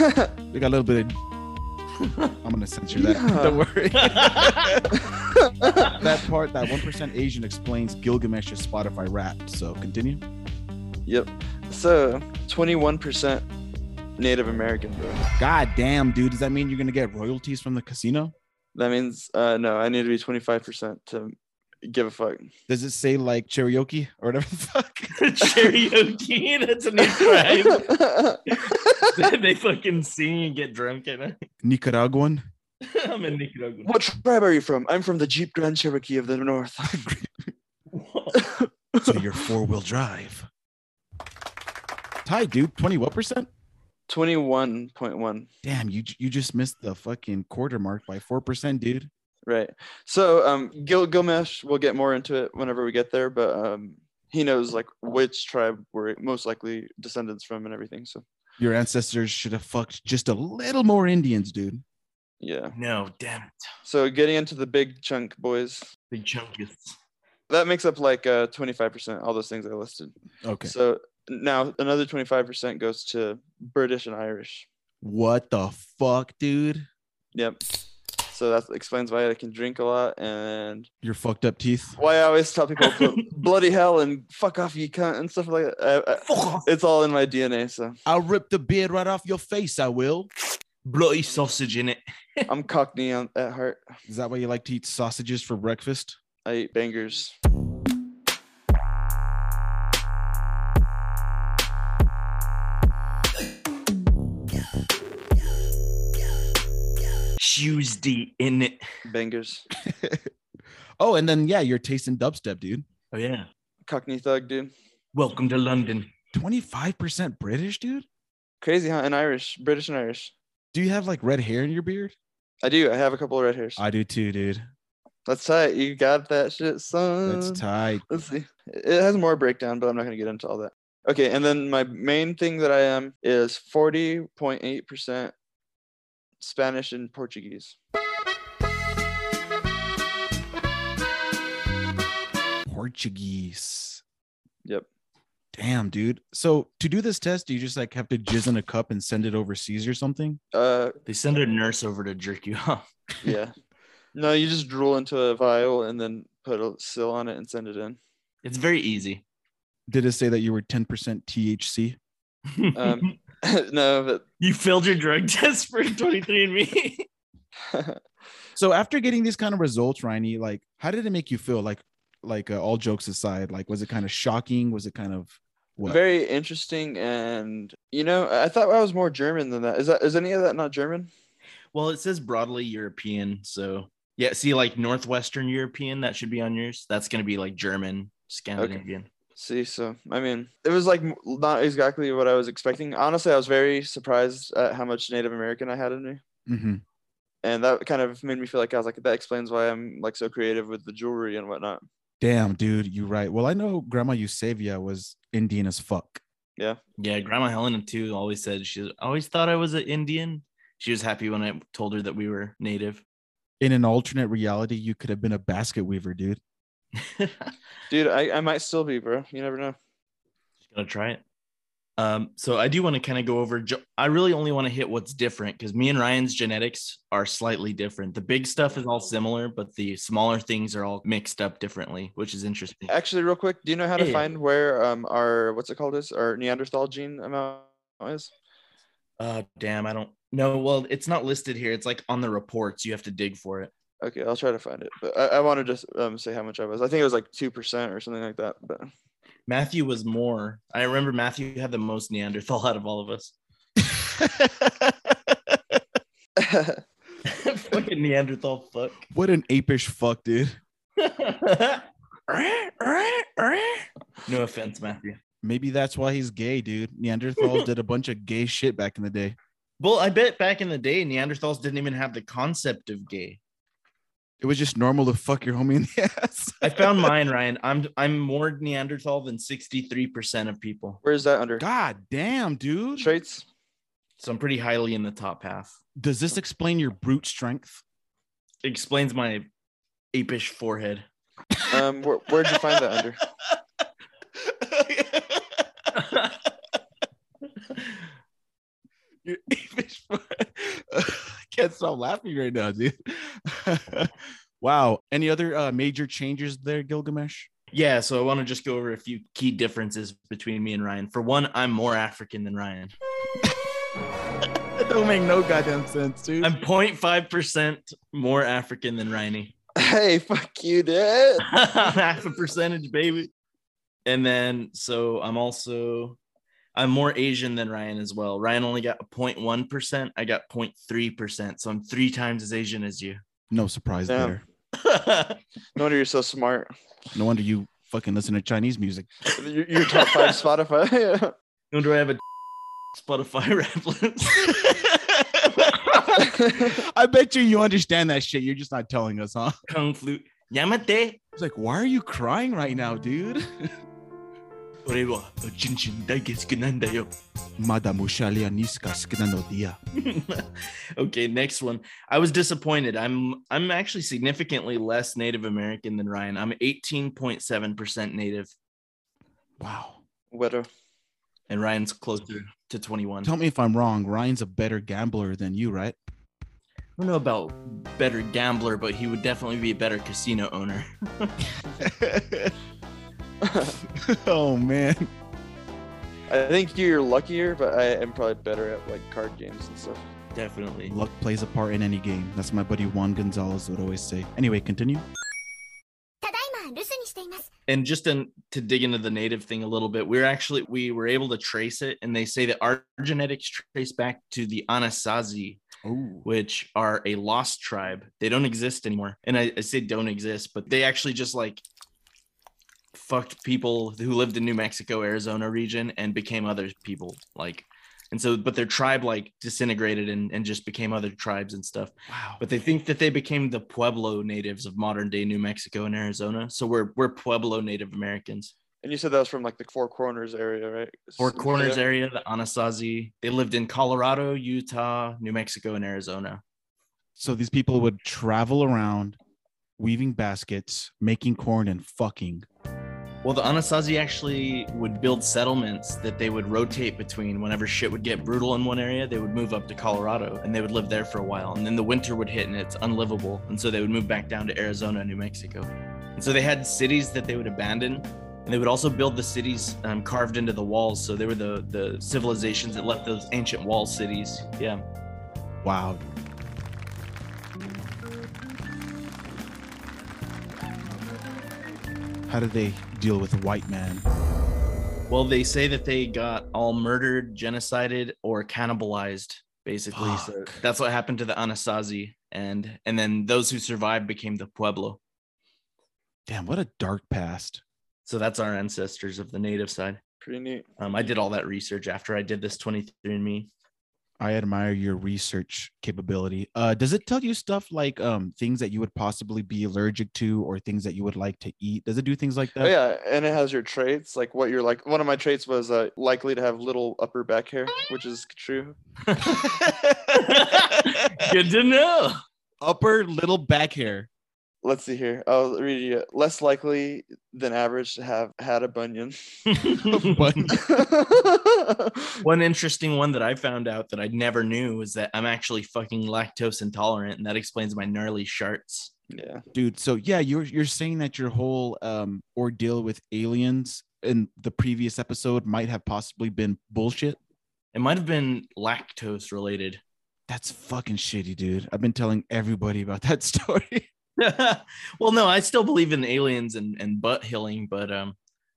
S2: we got a little bit of I'm gonna censor that.
S7: Yeah.
S2: Don't worry. that part, that one percent Asian explains Gilgamesh's Spotify rap. So continue.
S7: Yep. So 21% Native American, bro.
S2: God damn, dude. Does that mean you're gonna get royalties from the casino?
S7: That means uh, no, I need to be 25% to give a fuck.
S2: Does it say like karaoke or whatever the fuck?
S3: Cherokee, that's a new tribe. they fucking sing and get drunk at night.
S2: Nicaraguan.
S3: I'm in Nicaragua.
S7: what tribe are you from? I'm from the Jeep Grand Cherokee of the North.
S2: So you're four wheel drive. Ty, dude, 20 what percent?
S7: 21.1.
S2: Damn, you you just missed the fucking quarter mark by four percent, dude.
S7: Right. So um Gil Gilgamesh, we'll get more into it whenever we get there, but um he knows like which tribe we're most likely descendants from and everything. So
S2: Your ancestors should have fucked just a little more Indians, dude.
S7: yeah.
S3: No, damn it.
S7: So getting into the big chunk, boys.
S3: Big chunkus.
S7: That makes up like uh 25%, all those things I listed.
S2: Okay.
S7: So now another 25% goes to British and Irish.
S2: What the fuck, dude?
S7: Yep. So that explains why I can drink a lot and
S2: Your fucked up teeth.
S7: why I always tell people "Bl- bloody hell and fuck off you cunt and stuff like that. I- I- it's all in my DNA, so
S2: I'll rip the beard right off your face. I will.
S3: Bloody sausage in it.
S7: I'm Cockney on, at heart.
S2: Is that why you like to eat sausages for breakfast?
S7: I eat bangers.
S3: Tuesday in it.
S7: Bangers.
S2: oh, and then yeah, you're tasting dubstep, dude.
S3: Oh, yeah.
S7: Cockney thug, dude.
S3: Welcome to London.
S2: 25% British, dude.
S7: Crazy, huh? And Irish, British and Irish.
S2: Do you have like red hair in your beard?
S7: I do. I have a couple of red hairs.
S2: I do too, dude.
S7: That's tight. You got that shit, son.
S2: That's tight.
S7: Let's see. It has more breakdown, but I'm not going to get into all that. Okay, and then my main thing that I am is 40.8% Spanish and Portuguese.
S2: Portuguese.
S7: Yep.
S2: Damn, dude. So to do this test, do you just like have to jizz in a cup and send it overseas or something?
S7: Uh,
S3: They send a nurse over to jerk you off.
S7: yeah. no, you just drool into a vial and then put a seal on it and send it in.
S3: It's very easy.
S2: Did it say that you were 10% THC?
S7: Um, no,
S3: you failed your drug test for 23andMe.
S7: but
S2: So after getting these kind of results, Ryan, like how did it make you feel? Like, like uh, all jokes aside, like was it kind of shocking? Was it kind of what?
S7: very interesting. And you know, I I thought I was more German than that. Is that is any of that not German?
S3: well, it says broadly European. So, yeah, see, like Northwestern European, that should be on yours. That's going to be like German, Scandinavian.
S7: See, so I mean, it was like m- not exactly what I was expecting. Honestly, I was very surprised at how much Native American I had in me,
S2: Mhm.
S7: and that kind of made me feel like I was like that explains why I'm like so creative with the jewelry and whatnot.
S2: Damn, dude, you right. Well, I know Grandma Eusebia was Indian as fuck.
S3: Yeah, Grandma Helena, too, always said she always thought I was an Indian. She was happy when I told her that we were native.
S2: In an alternate reality, you could have been a basket weaver, dude.
S3: Just
S7: Dude, I, I might still be, bro. You never know.
S3: gotta try it. Um, so I do want to kind of go over. ge- I really only want to hit what's different because me and Ryan's genetics are slightly different. The big stuff is all similar, but the smaller things are all mixed up differently, which is interesting.
S7: Actually, real quick, do you know how to
S3: Yeah, yeah.
S7: find where um our what's it called is our Neanderthal gene amount is?
S3: Oh, Uh, damn, I don't know. Well, it's not listed here. It's like on the reports. You have to dig for it.
S7: Okay, I'll try to find it. But I, I want to just um, say how much I was. I think it was like two percent or something like that. But
S3: Matthew was more. I remember Matthew had the most Neanderthal out of all of us. Fucking Neanderthal fuck.
S2: What an apish fuck, dude.
S3: no offense, Matthew.
S2: Maybe that's why he's gay, dude. Neanderthals did a bunch of gay shit back in the day.
S3: Well, I bet back in the day, Neanderthals didn't even have the concept of gay.
S2: It was just normal to fuck your homie in the ass.
S3: I found mine, Ryan. I'm I'm more Neanderthal than 63% of people.
S7: where's that under
S2: God damn, dude.
S7: traits?
S3: So I'm pretty highly in the top half.
S2: Does this explain your brute strength?
S3: explains my apish forehead.
S7: Um, where, where'd you find that under?
S2: Your apish forehead. I can't stop laughing right now, dude. wow. Any other uh, major changes there, Gilgamesh?
S3: Yeah, so I want to just go over a few key differences between me and Ryan. For one, I'm more African than Ryan.
S2: That don't make no goddamn sense, dude.
S3: I'm 0.5% more African than Ryanny.
S7: Hey, fuck you, dude.
S3: Half a percentage, baby. And then so I'm also I'm more Asian than Ryan as well. Ryan only got a 0.1%. I got 0.3%. So I'm three times as Asian as you.
S2: no surprise
S7: Damn.
S2: there.
S7: No wonder you're so smart.
S2: No wonder you fucking listen to Chinese music.
S7: You're, you're top five Spotify. Yeah.
S3: No wonder I have a Spotify rap list.
S2: I bet you you understand that shit. You're just not telling us, huh?
S3: Kung flu. Yamate.
S2: It's like, why are you crying right now, dude?
S3: Ore wa jinshin daisuki nan da yo.
S2: Madam Ushalia Niska Skinanodia.
S3: okay, next one. I was disappointed. I'm I'm actually significantly less Native American than Ryan. I'm 18.7% Native,
S2: Wow.
S7: Wetter.
S3: and Ryan's closer to 21. I
S2: Tell me if I'm wrong. Ryan's a better gambler than you, right?
S3: don't know about better gambler, but he would definitely be a better casino owner.
S2: oh man.
S7: I think you're luckier, but I am probably better at like card games and stuff.
S3: definitely.
S2: Luck plays a part in any game. That's my buddy Juan Gonzalez would always say. Anyway, continue.
S8: ただいま留守にしています
S3: And just in, to dig into the native thing a little bit, we are actually we were able to trace it, and they say that our genetics trace back to the Anasazi
S2: Oh.
S3: which are a lost tribe. They don't exist anymore. And I, I say don't exist, but they actually just like fucked people who lived in New Mexico, Arizona region and became other people. Like, and so, but their tribe like disintegrated and, and just became other tribes and stuff.
S2: Wow.
S3: But they think that they became the Pueblo natives of modern day New Mexico and Arizona. So we're, we're Pueblo Native Americans.
S7: And you said that was from like the Four Corners area, right?
S3: Four Corners
S7: Yeah.
S3: area, the Anasazi. They lived in Colorado, Utah, New Mexico, and Arizona.
S2: So these people would travel around weaving baskets, making corn and fucking.
S3: Well, the Anasazi actually would build settlements that they would rotate between. Whenever shit would get brutal in one area, they would move up to Colorado and they would live there for a while. And then the winter would hit and it's unlivable. And so they would move back down to Arizona, New Mexico. And so they had cities that they would abandon. And they would also build the cities um, carved into the walls. So they were the, the civilizations that left those ancient wall cities. Yeah.
S2: Wow. How do they deal with white man?
S3: Well, they say that they got all murdered, genocided, or cannibalized, basically. So
S2: Fuck.
S3: that's what happened to the Anasazi, and and then those who survived became the Pueblo.
S2: Damn, what a dark past.
S3: So that's our ancestors of the native side.
S7: Pretty neat.
S3: Um, I did all that research after I did this 23andMe.
S2: I admire your research capability. Uh, does it tell you stuff like um, things that you would possibly be allergic to or things that you would like to eat? Does it do things like that?
S7: Oh, yeah, and it has your traits, like what you're like. One of my traits was uh, likely to have little upper back hair, which is true.
S3: Good to know.
S2: Upper little back hair.
S7: Let's see here. I'll read you. Less likely than average to have had a bunion.
S2: But
S3: one interesting one that I found out that I never knew is that I'm actually fucking lactose intolerant, and that explains my gnarly sharts.
S7: yeah.
S2: dude, so yeah, you're you're saying that your whole um, ordeal with aliens in the previous episode might have possibly been bullshit.
S3: It might have been lactose related.
S2: That's fucking shitty, dude. I've been telling everybody about that story.
S3: well, no, I still believe in aliens and, and butt healing, but um,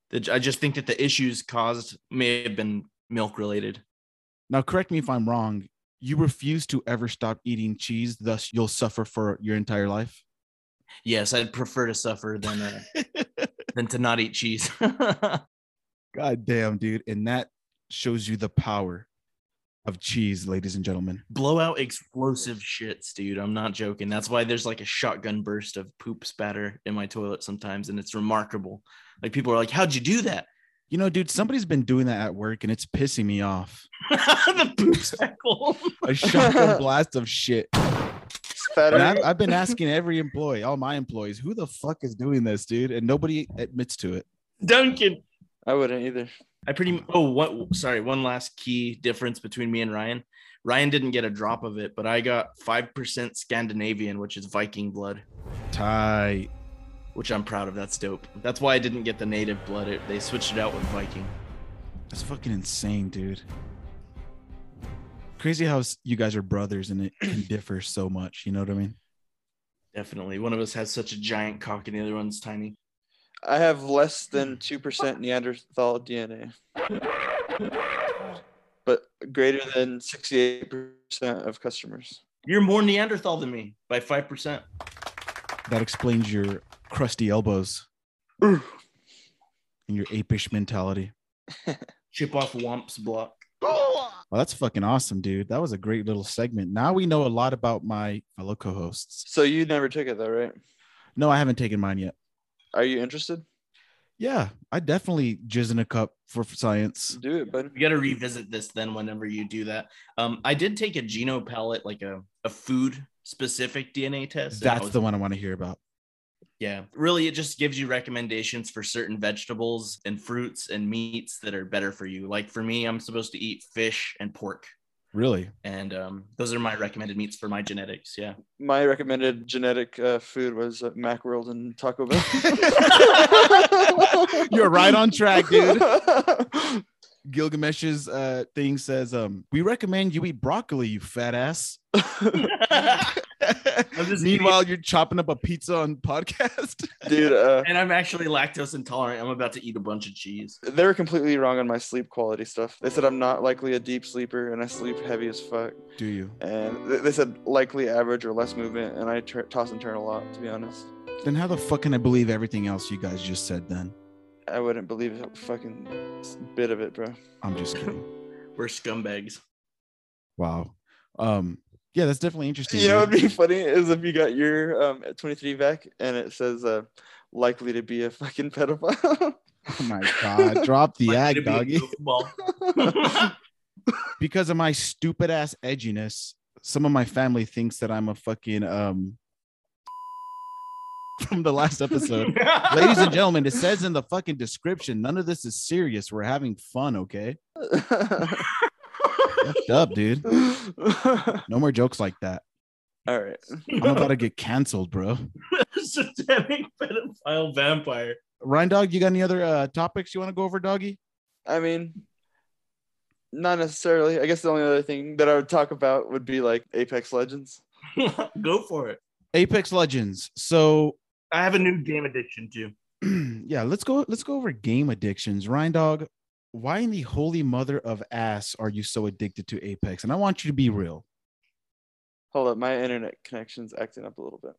S3: the, I just think that the issues caused may have been milk related.
S2: Now, correct me if I'm wrong. You refuse to ever stop eating cheese, thus you'll suffer for your entire life.
S3: Yes, I'd prefer to suffer than uh, than to not eat cheese.
S2: God damn, dude. And that shows you the power of cheese, ladies and gentlemen.
S3: Blow out explosive shits, dude. I'm not joking. That's why there's like a shotgun burst of poop spatter in my toilet sometimes, and it's remarkable. Like people are like, "How'd you do that?"
S2: You know, dude, somebody's been doing that at work and it's pissing me off.
S3: the poop spackle.
S2: A shotgun blast of shit.
S7: Spatter.
S2: And I've, I've been asking every employee, all my employees, who the fuck is doing this, dude? And nobody admits to it.
S3: Duncan.
S7: I wouldn't either.
S3: I pretty. Oh, what? Sorry. One last key difference between me and Ryan. Ryan didn't get a drop of it, but I got five percent Scandinavian, which is Viking blood,
S2: Tight.
S3: which I'm proud of. That's dope. That's why I didn't get the native blood. It, they switched it out with Viking.
S2: That's fucking insane, dude. Crazy how s- you guys are brothers and it can differ so much. You know what I mean?
S3: Definitely. One of us has such a giant cock, and the other one's tiny.
S7: I have less than 2% Neanderthal DNA. But greater than 68% of customers.
S3: You're more Neanderthal than me by five percent.
S2: That explains your crusty elbows and your apish mentality.
S3: Chip off Womp's block.
S2: Well, that's fucking awesome, dude. That was a great little segment. Now we know a lot about my fellow co hosts.
S7: So you never took it though, right?
S2: No, I haven't taken mine yet.
S7: Are you interested?
S2: Yeah, I definitely jizz in a cup for for science.
S7: Do it, bud.
S3: We got to revisit this then whenever you do that. Um, I did take a Geno palette, like a, a food specific DNA test. and that
S2: That's
S3: was-
S2: the one I want to hear about.
S3: Yeah. Really, it just gives you recommendations for certain vegetables and fruits and meats that are better for you. Like for me, I'm supposed to eat fish and pork.
S2: Really?
S3: And um, those are my recommended meats for my genetics. Yeah.
S7: My recommended genetic uh, food was uh, Macworld and Taco Bell.
S2: You're right on track, dude.
S7: dude.
S2: Gilgamesh's uh, thing says, um, "We recommend you eat broccoli, you fat ass."
S3: just
S2: Meanwhile, you're chopping up a pizza on podcast.
S7: dude, uh,
S3: And I'm actually lactose intolerant. I'm about to eat a bunch of cheese.
S7: they were completely wrong on my sleep quality stuff. They said I'm not likely a deep sleeper and I sleep heavy as fuck.
S2: Do you?
S7: And th- they said likely average or less movement. And I tur- toss and turn a lot, to be honest.
S2: Then how the fuck can I believe everything else you guys just said? Then
S7: I wouldn't believe a fucking s- bit of it, bro.
S2: I'm just kidding.
S3: We're scumbags.
S2: Wow. Um. Yeah, that's definitely interesting.
S7: You know what
S2: dude.
S7: would be funny is if you got your um, 23 vac and it says uh, likely to be a fucking pedophile.
S2: Oh my god! Drop the
S3: Like,
S2: ag,
S3: it'd be a
S2: doggy.
S3: goofball.
S2: because of my stupid ass edginess, some of my family thinks that I'm a fucking um from the last episode. Ladies and gentlemen, it says in the fucking description, none of this is serious. We're having fun, okay? Fucked up, dude. No more jokes like that.
S7: All right.
S2: I'm about to get canceled, bro.
S3: Satanic pedophile vampire.
S2: Ryan Dog, you got any other uh, topics you want to go over, doggy?
S7: I mean, not necessarily. I guess the only other thing that I would talk about would be like Apex Legends.
S3: Go for it.
S2: Apex Legends. So
S3: I have a new game addiction too.
S2: yeah, let's go. Let's go over game addictions. Ryan Dog, why in the holy mother of ass are you so addicted to Apex? And I want you to be real.
S7: Hold up, my internet connection's acting up a little bit.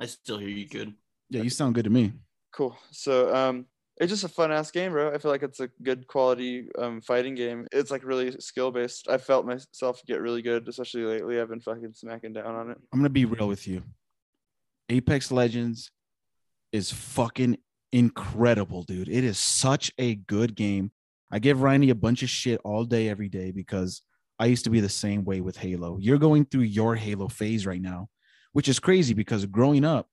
S3: I still hear you good.
S2: Yeah, you sound good to me.
S7: Cool. So um it's just a fun ass game, bro. I feel like it's a good quality um, fighting game. It's like really skill based. I felt myself get really good, especially lately. I've been fucking smacking down on it.
S2: I'm gonna be real with you. Apex Legends is fucking incredible, dude. It is such a good game. I give Ryan a bunch of shit all day, every day because I used to be the same way with Halo. You're going through your Halo phase right now, which is crazy because growing up,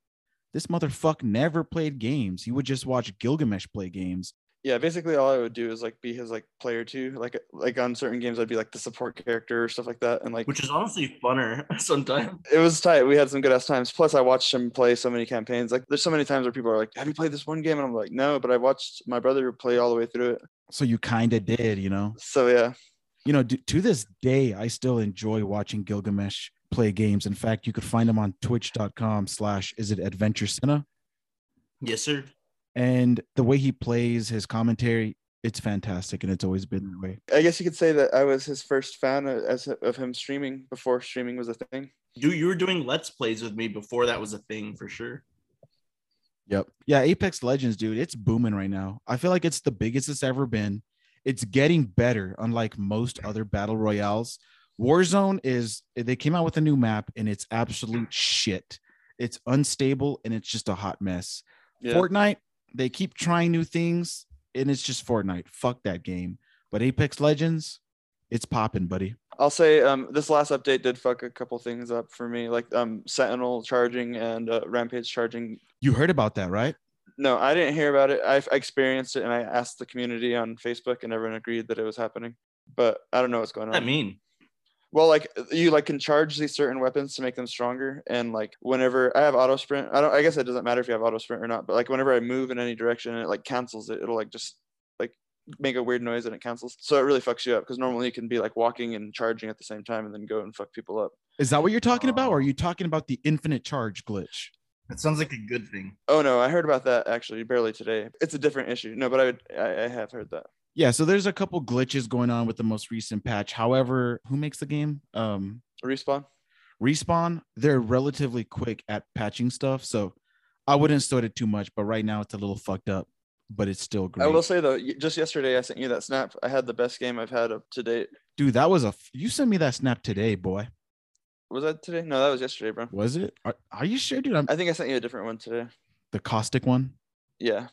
S2: this motherfucker never played games. He would just watch Gilgamesh play games.
S7: Yeah, basically all I would do is like be his like player two. Like like on certain games, I'd be like the support character or stuff like that. And like
S3: Which is honestly funner sometimes.
S7: it was tight. We had some good ass times. Plus, I watched him play so many campaigns. Like there's so many times where people are like, "Have you played this one game?" And I'm like, "No," but I watched my brother play all the way through it.
S2: So you kind of did, you know?
S7: So yeah,
S2: you know, d- to this day, I still enjoy watching Gilgamesh play games. In fact, you could find him on twitch.com slash is it adventure cinema.
S3: Yes, sir.
S2: And the way he plays his commentary, it's fantastic. And it's always been that way.
S7: I guess you could say that I was his first fan o- as of him streaming before streaming was a thing.
S3: Dude, you were doing let's plays with me before that was a thing for sure.
S2: Yep. Yeah, Apex Legends, dude, it's booming right now. I feel like it's the biggest it's ever been. It's getting better, unlike most other battle royales. Warzone is they came out with a new map and it's absolute shit. It's unstable and it's just a hot mess.
S7: Yeah.
S2: Fortnite, they keep trying new things and it's just Fortnite. Fuck that game. But Apex Legends, it's popping, buddy.
S7: I'll say um, this last update did fuck a couple things up for me, like um, Sentinel charging and uh, Rampage charging.
S2: You heard about that, right?
S7: No, I didn't hear about it. I've I experienced it, and I asked the community on Facebook, and everyone agreed that it was happening. But I don't know what's going on.
S3: What does that mean?
S7: Well, like uh, you like can charge these certain weapons to make them stronger, and like whenever I have auto sprint, I don't. I guess it doesn't matter if you have auto sprint or not, but like whenever I move in any direction, and it like cancels it. It'll like just like make a weird noise and it cancels. So it really fucks you up because normally you can be like walking and charging at the same time, and then go and fuck people up.
S2: Is that what you're talking about?
S7: Uh,
S2: Or are
S3: Oh.
S2: you talking about the infinite charge glitch?
S3: That sounds like a good thing.
S7: Oh no, I heard about that actually barely today. It's a different issue. No, but I would, I, I have heard that.
S2: Yeah, so there's a couple glitches going on with the most recent patch. However, who makes the game? Um,
S7: Respawn.
S2: Respawn. They're relatively quick at patching stuff, so I wouldn't sweat it too much. But right now, it's a little fucked up, but it's still great.
S7: I will say though, y- just yesterday I sent you that snap. I had the best game I've had up to date.
S2: Dude, that was a. f- You sent me that snap today, boy.
S7: Was that today? No, that was yesterday, bro.
S2: Was it? Are, are you sure, dude? I'm
S7: I think I sent you a different one today.
S2: the caustic one.
S7: Yeah.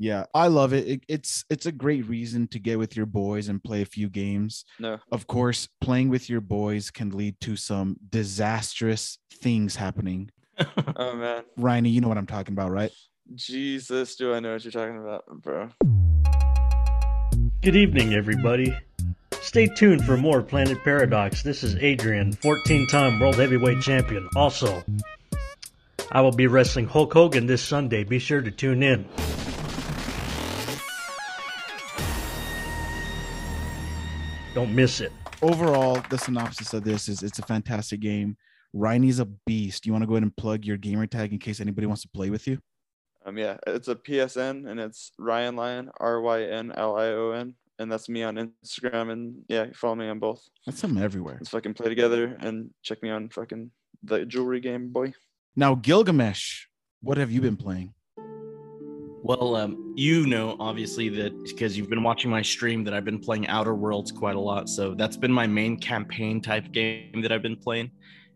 S2: Yeah, I love it. it. It's it's a great reason to get with your boys and play a few games.
S7: No.
S2: Of course, playing with your boys can lead to some disastrous things happening.
S7: Oh man.
S2: Ryan, you know what I'm talking about, right?
S7: Jesus, do I know what you're talking about, bro?
S11: Good evening, everybody. Stay tuned for more Planet Paradox. This is Adrian, 14 time World Heavyweight Champion. Also, I will be wrestling Hulk Hogan this Sunday. Be sure to tune in. Don't miss it.
S2: overall, the synopsis of this is it's a fantastic game. Rhiney's a beast. You want to go ahead and plug your gamer tag in case anybody wants to play with you?
S7: Um, yeah, it's a PSN and it's Ryan Lion, R Y N L I O N, and that's me on Instagram and yeah, follow me on both.
S2: That's him everywhere.
S7: Let's fucking play together and check me on fucking the jewelry game, boy.
S2: Now, Gilgamesh, what have you been playing?
S3: Well, um, you know, obviously, that because you've been watching my stream, that I've been playing Outer Worlds quite a lot. So that's been my main campaign type game that I've been playing.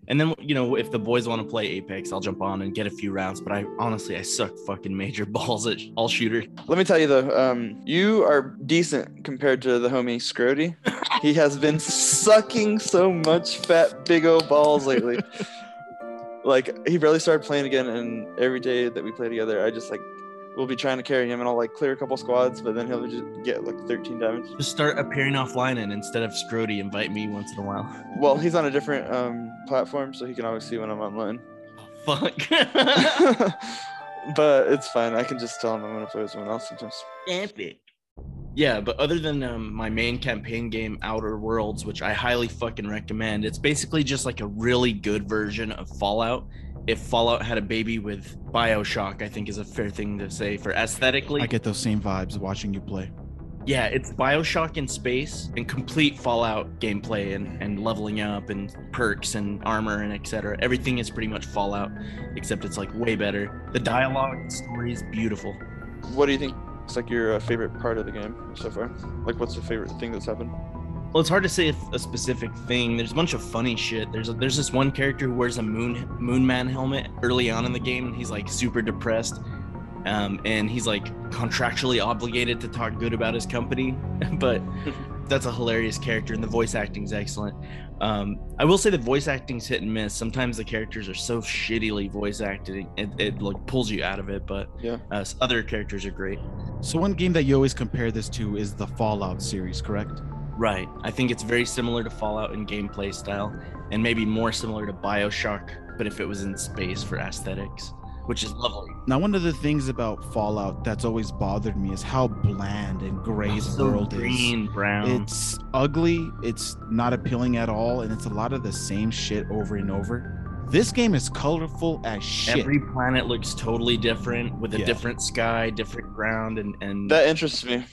S3: And then, you know, if the boys want to play Apex, I'll jump on and get a few rounds. But I honestly, I suck fucking major balls at all shooter.
S7: Let me tell you though, um, you are decent compared to the homie Scrody. he has been sucking so much fat, big old balls lately. like he barely started playing again, and every day that we play together, I just like will be trying to carry him, and I'll like clear a couple squads, but then he'll just get like 13 damage.
S3: Just start appearing offline and instead of Scrody, invite me once in a while.
S7: Well, he's on a different um, platform, so he can always see when I'm online.
S3: Fuck.
S7: but it's fine. I can just tell him I'm gonna play with someone else sometimes.
S3: Epic. Yeah, but other than um, my main campaign game, Outer Worlds, which I highly fucking recommend, it's basically just like a really good version of Fallout. If Fallout had a baby with Bioshock, I think is a fair thing to say for aesthetically.
S2: I get those same vibes watching you play.
S3: yeah, it's Bioshock in space and complete Fallout gameplay and, and leveling up and perks and armor and etc. Everything is pretty much Fallout, except it's like way better. The dialogue, the story is beautiful.
S7: What do you think? It's like your uh, favorite part of the game so far. Like, what's your favorite thing that's happened?
S3: Well, it's hard to say if a specific thing. There's a bunch of funny shit. There's a, there's this one character who wears a moon moon man helmet early on in the game, and he's like super depressed, um, and he's like contractually obligated to talk good about his company, but that's a hilarious character, and the voice acting's excellent. Um, I will say the voice acting's hit and miss. Sometimes the characters are so shittily voice acted, it, it like pulls you out of it. But
S7: Yeah.
S3: uh, other characters are great.
S2: So, one game that you always compare this to is the Fallout series, correct?
S3: Right. I think it's very similar to Fallout in gameplay style, and maybe more similar to Bioshock, but if it was in space for aesthetics. which is lovely.
S2: Now, one of the things about Fallout that's always bothered me is how bland and gray the
S3: So
S2: world is.
S3: green, brown.
S2: It's ugly, it's not appealing at all, and it's a lot of the same shit over and over. This game is colorful as shit.
S3: Every planet looks totally different with a
S2: Yeah.
S3: different sky, different ground, and and
S7: That interests me.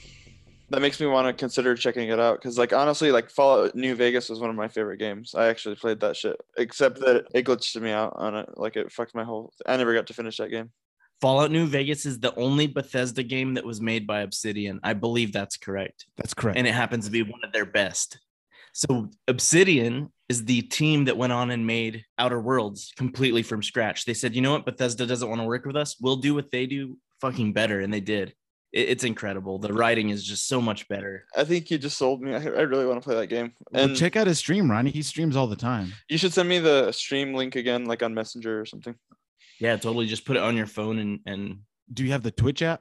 S7: That makes me want to consider checking it out because, like, honestly, like Fallout New Vegas was one of my favorite games. I actually played that shit, except that it glitched me out on it. Like, it fucked my whole. I never got to finish that game.
S3: Fallout New Vegas is the only Bethesda game that was made by Obsidian. I believe that's correct,
S2: that's correct.
S3: and it happens to be one of their best. So Obsidian is the team that went on and made Outer Worlds completely from scratch. They said, "You know what? Bethesda doesn't want to work with us. We'll do what they do fucking better." And they did. It- it's incredible. The writing is just so much better.
S7: I think you just sold me. I, I really want to play that game.
S2: Well,
S7: And
S2: check out his stream, Ronnie. He streams all the time.
S7: you should send me the stream link again, like on Messenger or something.
S3: Yeah, totally. Just put it on your phone and and
S2: Do you have the Twitch app?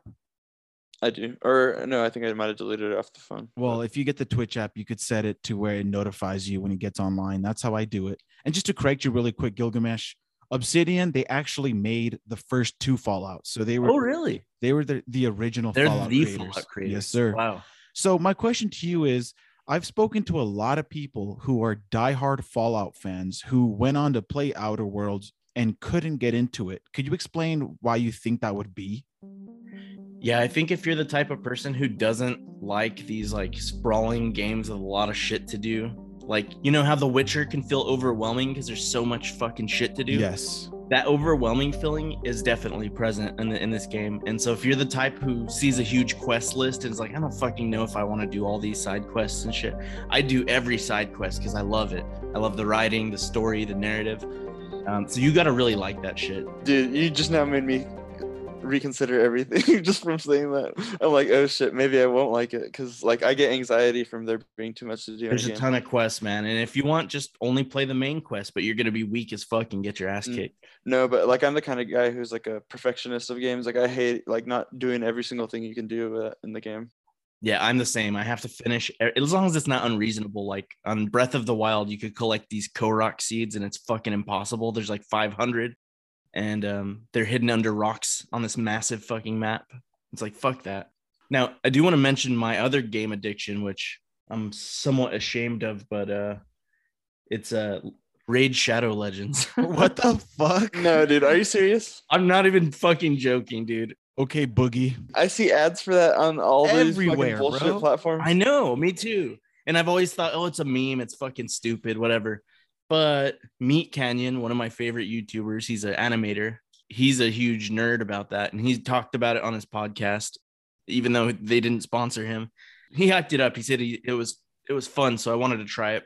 S7: I do. Or no, I think I might have deleted it off the phone.
S2: Well, if you get the Twitch app, you could set it to where it notifies you when it gets online. That's how I do it. And just to correct you really quick, Gilgamesh, Obsidian, they actually made the first two Fallout. So they were
S3: oh really?
S2: they were the, the original
S3: They're
S2: Fallout,
S3: the
S2: creators.
S3: Fallout creators.
S2: Yes, sir.
S3: Wow.
S2: So my question to you is I've spoken to a lot of people who are diehard Fallout fans who went on to play Outer Worlds and couldn't get into it. Could you explain why you think that would be?
S3: Yeah, I think if you're the type of person who doesn't like these like sprawling games with a lot of shit to do, like you know how The Witcher can feel overwhelming because there's so much fucking shit to do.
S2: Yes.
S3: That overwhelming feeling is definitely present in, the, in this game. And so if you're the type who sees a huge quest list and is like, I don't fucking know if I want to do all these side quests and shit. I do every side quest because I love it. I love the writing, the story, the narrative. Um, so you got to really like that shit.
S7: Dude, you just now made me reconsider everything just from saying that. I'm like, oh shit, maybe I won't like it because like I get anxiety from there being too much to do. in
S3: There's
S7: a
S3: a
S7: game.
S3: ton of quests, man. And if you want, just only play the main quest, but you're gonna be weak as fuck and get your ass
S7: Mm.
S3: kicked.
S7: No, but like I'm the kind of guy who's like a perfectionist of games. Like I hate like not doing every single thing you can do uh, in the game.
S3: Yeah, I'm the same. I have to finish e, as long as it's not unreasonable. Like on Breath of the Wild, you could collect these Korok seeds and it's fucking impossible. There's like 500 and um, they're hidden under rocks on this massive fucking map. It's like, fuck that. Now, I do want to mention my other game addiction, which I'm somewhat ashamed of, but uh, it's uh, Raid Shadow Legends.
S2: What the fuck?
S7: No, dude, are you serious?
S3: I'm not even fucking joking, dude.
S2: Okay, Boogie.
S7: I see ads for that on all these fucking
S2: Everywhere,
S7: bullshit
S2: bro.
S7: platforms.
S3: I know, me too. And I've always thought, oh, it's a meme, it's fucking stupid, whatever. But Meat Canyon, one of my favorite YouTubers, he's an animator. He's a huge nerd about that, and he talked about it on his podcast, even though they didn't sponsor him. He hacked it up. He said he, it was it was fun, so I wanted to try it.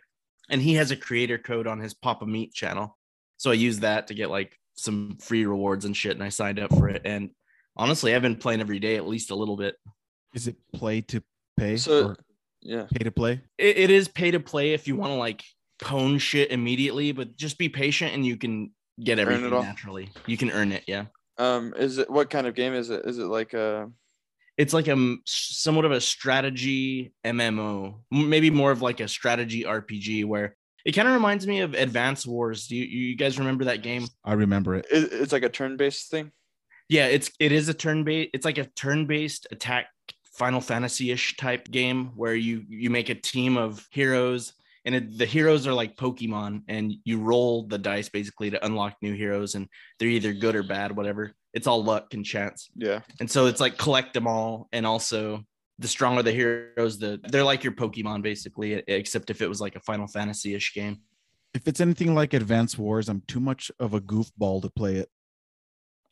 S3: And he has a creator code on his Papa Meat channel, so I used that to get like some free rewards and shit, and I signed up for it. And honestly, I've been playing every day at least a little bit.
S2: Is it play to pay
S7: So-
S2: or
S7: Yeah.
S2: pay to play?
S3: it, it is pay to play if you want to like pwn shit immediately, but just be patient and you can
S7: Earn
S3: get
S7: it
S3: everything
S7: all.
S3: naturally. You can earn it, yeah.
S7: Um, is it what kind of game is it? Is it like uh, a
S3: It's like a m- somewhat of a strategy MMO, M- maybe more of like a strategy RPG where it kind of reminds me of Advance Wars. Do you, you guys remember that game?
S2: I remember it.
S7: it, it's like a turn-based thing?
S3: Yeah, it's it is a turn based. It's like a turn based attack Final Fantasy ish type game where you you make a team of heroes, and it, the heroes are like Pokemon, and you roll the dice basically to unlock new heroes, and they're either good or bad, whatever. It's all luck and chance,
S7: Yeah.
S3: and so it's like collect them all, and also the stronger the heroes, the they're like your Pokemon basically, e- except if it was like a Final Fantasy ish game.
S2: If it's anything like Advance Wars, I'm too much of a goofball to play it.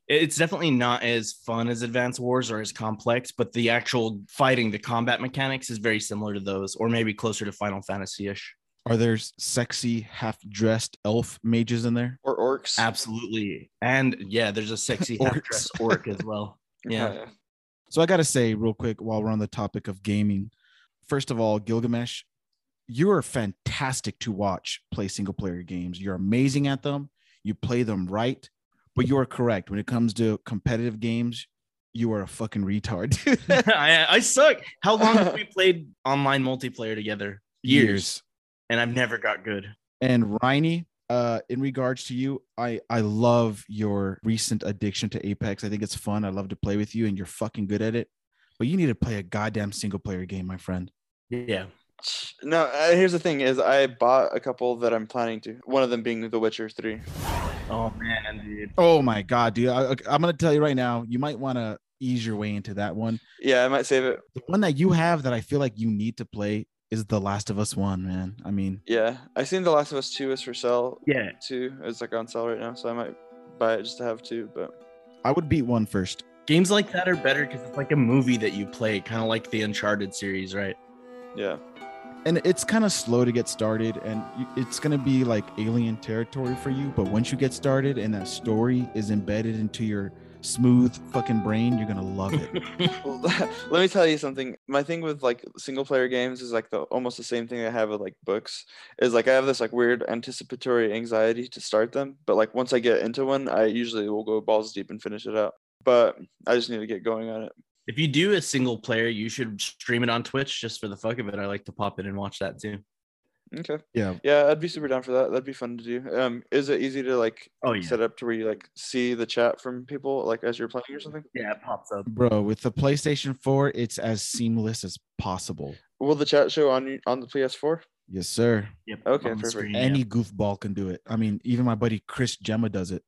S3: it's definitely not as fun as Advance Wars or as complex, but the actual fighting, the combat mechanics is very similar to those, or maybe closer to Final Fantasy ish.
S2: Are there s- sexy, half dressed elf mages in there?
S7: Or orcs?
S3: Absolutely. And yeah, there's a sexy
S2: Orcs.
S3: half dress orc as well. Yeah.
S2: So I got to say, real quick, while we're on the topic of gaming, first of all, Gilgamesh, you are fantastic to watch play single player games. You're amazing at them, you play them right, but you are correct. When it comes to competitive games, you are a fucking retard.
S3: I, I suck. How long have we played online multiplayer together? Years. And I've never got good.
S2: And Riney, uh in regards to you i i love your recent addiction to apex i think it's fun i love to play with you and you're fucking good at it but you need to play a goddamn single player game my friend
S3: Yeah.
S7: No, uh, here's the thing: is I bought a couple that I'm planning to. One of them being The Witcher Three.
S3: Oh man, dude.
S2: oh my god dude I, i'm gonna tell you right now you might want to ease your way into that one
S7: Yeah, I might save it.
S2: the one that you have that i feel like you need to play is the last of us one man i mean
S7: Yeah, I seen The Last of Us Two is for sale.
S3: Yeah.
S7: Two is like on sale right now, so I might buy it just to have two. But
S2: i would beat one first
S3: Games like that are better because it's like a movie that you play, kind of like the Uncharted series, right?
S7: yeah,
S2: and it's kind of slow to get started and you- it's going to be like alien territory for you but once you get started and that story is embedded into your smooth fucking brain you're going to love it
S7: well, let me tell you something. My thing with like single player games is like the almost the same thing I have with like books. Is like I have this like weird anticipatory anxiety to start them, but like once I get into one, I usually will go balls deep and finish it out. But I just need to get going on it.
S3: If you do a single player, you should stream it on Twitch just for the fuck of it. I like to pop in and watch that too.
S7: Okay.
S2: yeah
S7: Yeah, I'd be super down for that. That'd be fun to do. Um, is it easy to like
S3: Oh yeah,
S7: set up to where you like see the chat from people like as you're playing or something?
S3: yeah, it pops up.
S2: bro with the playstation 4 it's as seamless as possible
S7: Will the chat show on y- on the PS4?
S2: yes sir
S3: Yep,
S7: Okay,
S3: on the
S7: perfect.
S3: screen, yeah.
S2: any goofball can do it i mean even my buddy chris gemma does it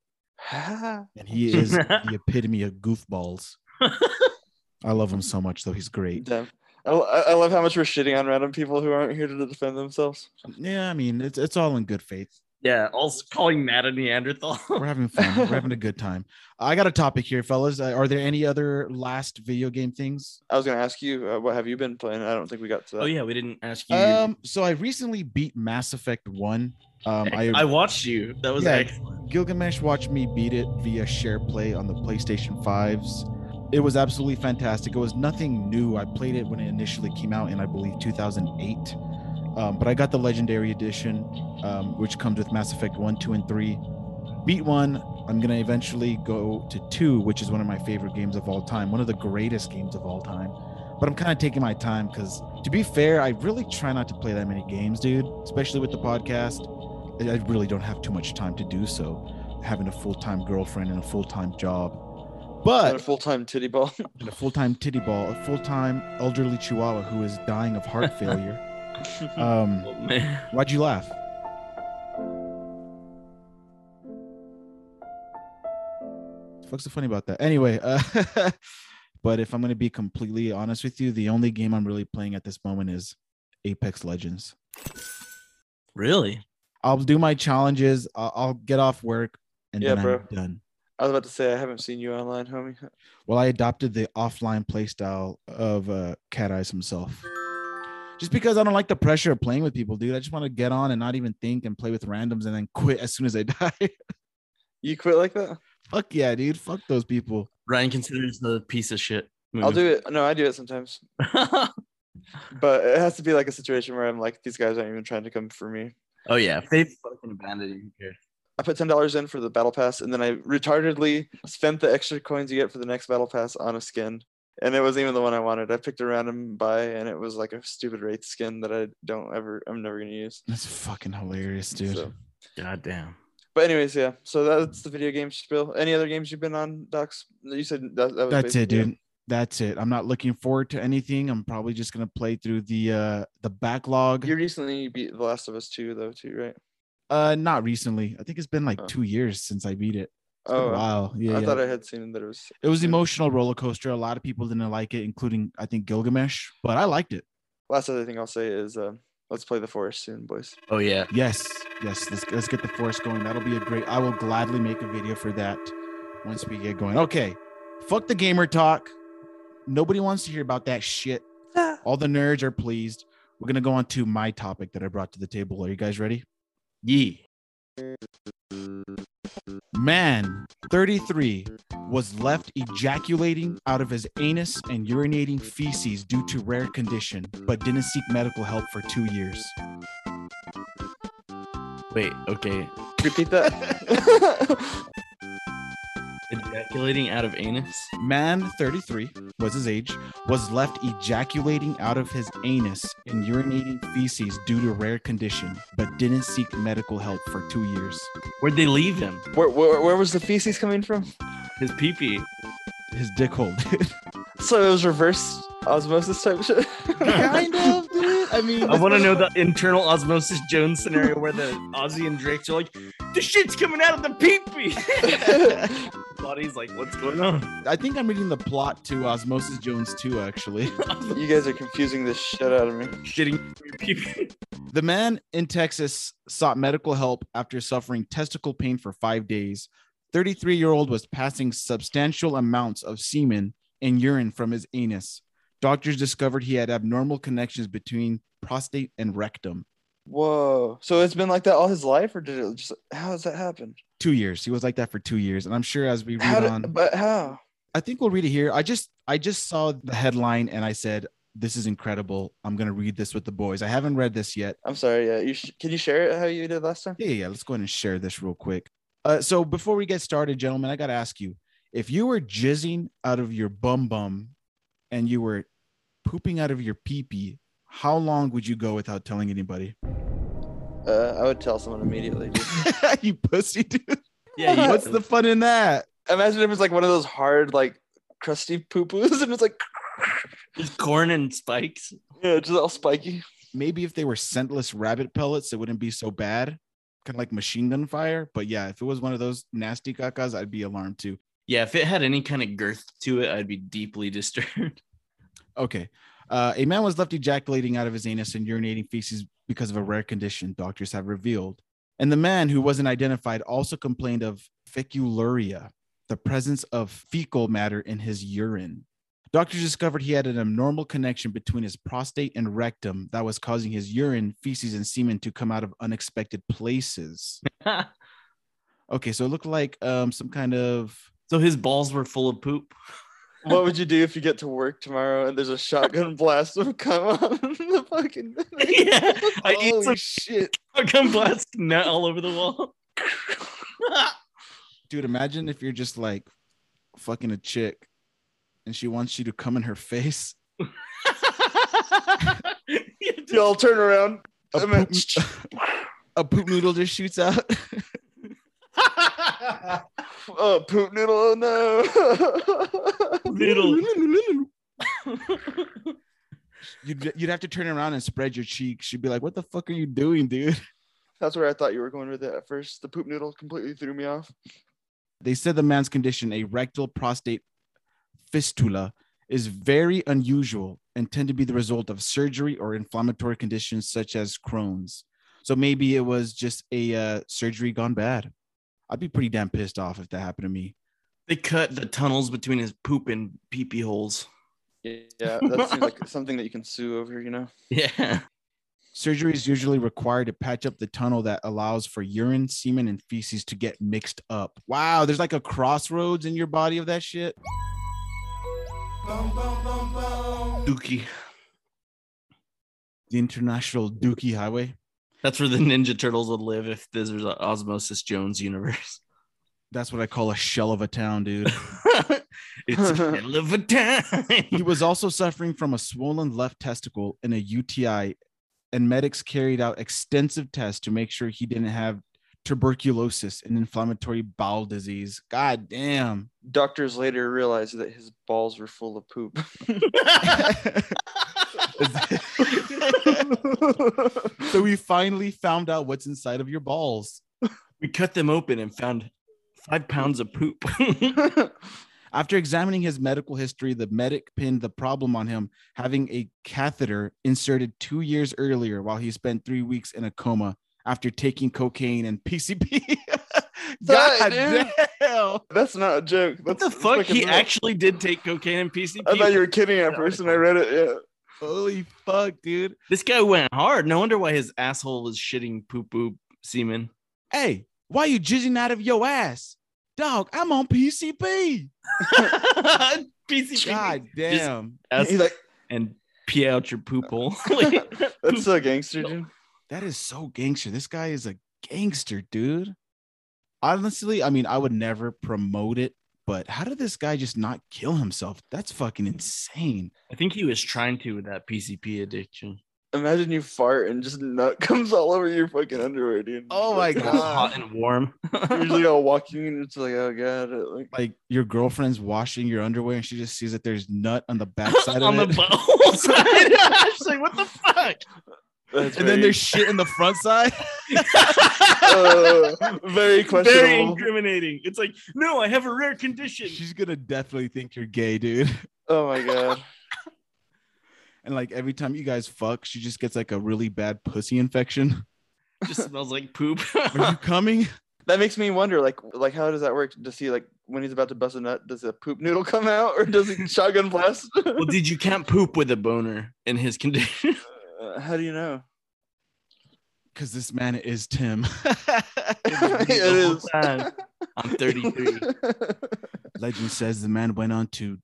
S2: and he is the epitome of goofballs i love him so much though he's great
S7: Damn. I, I I love how much we're shitting on random people who aren't here to defend themselves.
S2: yeah i mean it's, it's all in good faith
S3: Yeah, also calling Matt a Neanderthal.
S2: we're having fun. We're having a good time. I got a topic here, fellas. Uh, Are there any other last video game things?
S7: I was gonna ask you, uh, what have you been playing? I don't think we got to that.
S3: oh yeah, we didn't ask you.
S2: Um, so I recently beat Mass Effect One. Um, I,
S3: I watched you. That was
S2: Yeah.
S3: excellent.
S2: Gilgamesh watched me beat it via share play on the PlayStation Fives. It was absolutely fantastic. It was nothing new. I played it when it initially came out in I believe 2008. Um, but I got the Legendary Edition, um, which comes with Mass Effect One, Two, and Three. Beat one. I'm gonna eventually go to two, which is one of my favorite games of all time, one of the greatest games of all time. But I'm kind of taking my time because, to be fair, I really try not to play that many games, dude. Especially with the podcast, I I really don't have too much time to do so. Having a full-time girlfriend and a full-time job,
S7: And
S2: but
S7: a full time titty ball.
S2: and a full-time titty ball, a full-time elderly chihuahua who is dying of heart failure. Um,
S3: Oh, man.
S2: Why'd you laugh? What's so funny about that? Anyway, uh, but if I'm going to be completely honest with you, the only game I'm really playing at this moment is Apex Legends.
S3: Really?
S2: I'll do my challenges. I'll, I'll get off work and
S7: Yeah,
S2: then
S7: bro.
S2: I'm done.
S7: I was about to say I haven't seen you online, homie.
S2: Well, I adopted the offline playstyle of uh, Cat Eyes himself. Just because I don't like the pressure of playing with people, dude. I just want to get on and not even think and play with randoms and then quit as soon as I die.
S7: You quit like that?
S2: Fuck yeah, dude. Fuck those people.
S3: Ryan considers the piece of shit.
S7: I'll do it. No, I do it sometimes,
S3: it.
S7: but it has to be like a situation where I'm like, these guys aren't even trying to come for me.
S3: oh yeah, if they fucking abandoned you. who cares?
S7: I put ten dollars in for the battle pass, and then I retardedly spent the extra coins you get for the next battle pass on a skin, and it wasn't even the one I wanted. I picked a random buy, and it was like a stupid wraith skin that I don't ever, I'm never gonna use.
S2: That's fucking hilarious, dude.
S7: So-
S3: God damn.
S7: But anyways, yeah. So that's the video game spiel. Any other games you've been on, Docs? You said that, that was
S2: That's it,
S7: basically
S2: dude. That's it. I'm not looking forward to anything. I'm probably just gonna play through the uh the backlog.
S7: You recently beat The Last of Us 2, though, too, right?
S2: uh not recently. I think it's been like
S7: Oh.
S2: two years since I beat it. It's been
S7: Oh,
S2: a while. Yeah,
S7: I
S2: yeah.
S7: thought I had seen that it was.
S2: it was emotional roller coaster. A lot of people didn't like it, including I think Gilgamesh, but I liked it.
S7: Last other thing I'll say is, uh, let's play the forest soon, boys.
S3: Oh yeah.
S2: Yes, yes. Let's let's get the force going. That'll be a great. I will gladly make a video for that once we get going. Okay, fuck the gamer talk. Nobody wants to hear about that shit. All the nerds are pleased. We're gonna go on to my topic that I brought to the table. Are you guys ready?
S3: Yee.
S2: Man, 33 was left ejaculating out of his anus and urinating feces due to rare condition, but didn't seek medical help for two years.
S3: Wait. Okay.
S7: Repeat that.
S3: Ejaculating out of anus.
S2: Man, 33 was his age, was left ejaculating out of his anus and urinating feces due to rare condition, but didn't seek medical help for two years.
S3: Where'd they leave him?
S7: Where, where, where was the feces coming from?
S3: His pee-pee.
S2: His dick hole.
S7: So it was reverse osmosis type shit.
S3: kind
S2: of, dude. I mean,
S3: I want to know the internal osmosis Jones scenario where the Ozzy and Drake's are like, "The shit's coming out of the pee-pee." Body's like, "What's going on?"
S2: I think I'm reading the plot to Osmosis Jones 2, actually.
S7: you guys are confusing the shit out of me.
S3: Shitting your pee-pee.
S2: The man in Texas sought medical help after suffering testicle pain for five days. 33 year old was passing substantial amounts of semen and urine from his anus. Doctors discovered he had abnormal connections between prostate and rectum.
S7: Whoa. So it's been like that all his life, or did it just? How has that happened?
S2: Two years. He was like that for two years. And I'm sure as we read
S7: How
S2: on,
S7: did, but how?
S2: I think we'll read it here. I just I just saw the headline and I said, This is incredible. I'm gonna read this with the boys. I haven't read this yet.
S7: I'm sorry. Yeah, you sh- can you share it how you did last time?
S2: Yeah, yeah, yeah. Let's go ahead and share this real quick. Uh, so before we get started, gentlemen, I gotta ask you: if you were jizzing out of your bum bum and you were pooping out of your pee pee, how long would you go without telling anybody?
S7: Uh, I would tell someone immediately. dude.
S2: you pussy dude.
S3: Yeah, you,
S2: What's the fun in that?
S7: Imagine if it's like one of those hard, like crusty poo poos, and it's like,
S3: it's corn and spikes.
S7: yeah, it's just all spiky.
S2: Maybe if they were scentless rabbit pellets, it wouldn't be so bad. Kind of like machine gun fire. But yeah, if it was one of those nasty cacas, I'd be alarmed too.
S3: Yeah, if it had any kind of girth to it, I'd be deeply disturbed.
S2: Okay. Uh, a man was left ejaculating out of his anus and urinating feces because of a rare condition doctors have revealed. And the man who wasn't identified also complained of fecaluria, the presence of fecal matter in his urine. Doctors discovered he had an abnormal connection between his prostate and rectum that was causing his urine, feces, and semen to come out of unexpected places. Okay, so it looked like um, some kind of
S3: so his balls were full of poop.
S7: What would you do if you get to work tomorrow and there's a shotgun blast of come on the fucking?
S3: yeah, I eat
S7: Holy
S3: some
S7: shit!
S3: fucking blast nut all over the wall.
S2: dude imagine if you're just like fucking a chick and she wants you to come in her face
S7: Y'all turn around.
S2: a,
S7: I'm at-
S2: poop, a poop noodle just shoots out
S7: oh, poop noodle! Oh no!
S3: Noodle.
S2: you'd, you'd have to turn around and spread your cheeks she'd be like what the fuck are you doing dude
S7: That's where I thought you were going with it at first. The poop noodle completely threw me off.
S2: they said the man's condition a rectal prostate fistula is very unusual and tend to be the result of surgery or inflammatory conditions such as crohn's so maybe it was just a uh, surgery gone bad i'd be pretty damn pissed off if that happened to me
S3: They cut the tunnels between his poop and pee pee holes.
S7: Yeah, that seems like something that you can sue over, you know?
S3: Yeah.
S2: Surgery is usually required to patch up the tunnel that allows for urine, semen, and feces to get mixed up. Wow, there's like a crossroads in your body of that shit.
S3: Dookie.
S2: The International Dookie Highway.
S3: That's where the Ninja Turtles would live if this was an Osmosis Jones universe.
S2: That's what I call a shell of a town, dude.
S3: it's a hell of a
S2: he
S3: time.
S2: was also suffering from a swollen left testicle and a UTI, and medics carried out extensive tests to make sure he didn't have tuberculosis and inflammatory bowel disease. God damn.
S7: Doctors later realized that his balls were full of poop.
S2: So we finally found out what's inside of your balls.
S3: we cut them open and found five pounds of poop.
S2: After examining his medical history, the medic pinned the problem on him having a catheter inserted two years earlier while he spent three weeks in a coma after taking cocaine and PCP. God
S7: dude.
S2: damn.
S7: That's not a joke.
S3: what
S7: That's,
S3: the
S7: that's
S3: fuck?
S7: fucking
S3: He
S7: real.
S3: actually did take cocaine and PCP.
S7: I thought you were kidding at first and I read it. Yeah.
S2: Holy fuck, dude.
S3: This guy went hard. No wonder why his asshole was shitting poo poo semen.
S2: Hey, why you jizzing out of your ass? Dog, I'm on PCP.
S3: PCP.
S2: God damn.
S3: Ass-
S7: He's like,
S3: and pee out your poop hole. Like,
S7: that's so gangster, dude.
S2: That is so gangster. This guy is a gangster, dude. Honestly, I mean, I would never promote it but how did this guy just not kill himself? That's fucking insane.
S3: I think he was trying to with that PCP addiction.
S7: Imagine you fart and just nut comes all over your fucking underwear, dude.
S2: Oh my
S3: It was hot and warm.
S7: You're just like all walking and it's like, oh god, it, like
S2: Like your girlfriend's washing your underwear and she just sees that there's nut on the backside
S3: on the
S2: of it.
S3: butthole side. I was like, what the fuck?
S7: that's
S2: and then
S7: very-
S2: there's shit in the front side.
S7: uh, very
S3: Very
S7: questionable.
S3: incriminating. It's like, no, I have a rare condition.
S2: She's gonna definitely think you're gay, dude.
S7: oh my god.
S2: And like every time you guys fuck, she just gets like a really bad pussy infection.
S3: Just smells like poop.
S2: Are you coming?
S7: That makes me wonder, like, like how does that work? Does he like when he's about to bust a nut, does a poop noodle come out or does he shotgun blast?
S3: well, dude, you can't poop with a boner in his condition.
S7: Uh, how do you know?
S2: Because this man is Tim.
S7: it
S3: whole
S7: is.
S3: time. I'm 33.
S2: Legend says the man went on to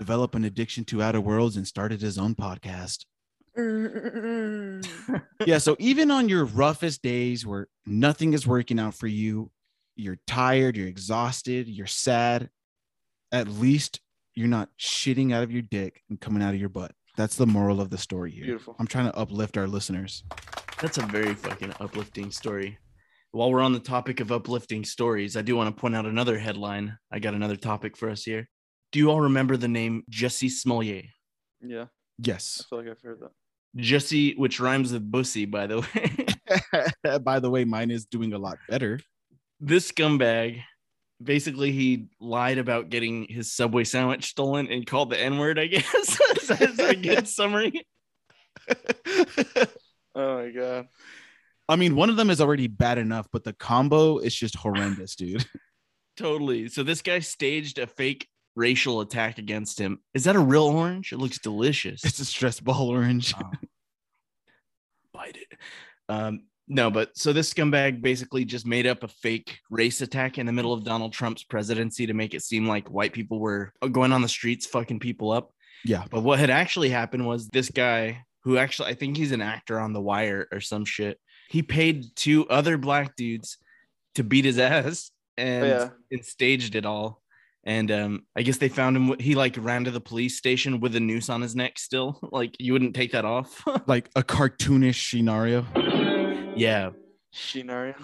S2: develop an addiction to outer worlds and started his own podcast. Mm-hmm. yeah, so even on your roughest days where nothing is working out for you, you're tired, you're exhausted, you're sad, at least you're not shitting out of your dick and coming out of your butt. That's the moral of the story here.
S7: Beautiful.
S2: I'm trying to uplift our listeners.
S3: That's a very fucking uplifting story. While we're on the topic of uplifting stories, I do want to point out another headline. I got another topic for us here. Do you all remember the name Jesse Smollett?
S7: Yeah, I
S2: Yes.
S7: feel like I've heard that.
S3: Jesse, which rhymes with bussy, by the way.
S2: By the way, mine is doing a lot better.
S3: this scumbag basically he lied about getting his subway sandwich stolen and called the n-word i guess that's a good summary
S7: Oh my god.
S2: I mean, one of them is already bad enough, but the combo is just horrendous, dude.
S3: totally so this guy staged a fake racial attack against him is that a real orange it looks delicious
S2: It's a stress ball orange.
S3: bite it. Um, no, but so this scumbag basically just made up a fake race attack in the middle of Donald Trump's presidency to make it seem like white people were going on the streets fucking people up.
S2: Yeah.
S3: But what had actually happened was this guy, who actually, I think he's an actor on The Wire or some shit, he paid two other black dudes to beat his ass and,
S7: Yeah.
S3: and staged it all. And um, I guess they found him. He like ran to the police station with a noose on his neck. Still, like you wouldn't take that off.
S2: Like a cartoonish scenario.
S3: yeah,
S7: Shinaria.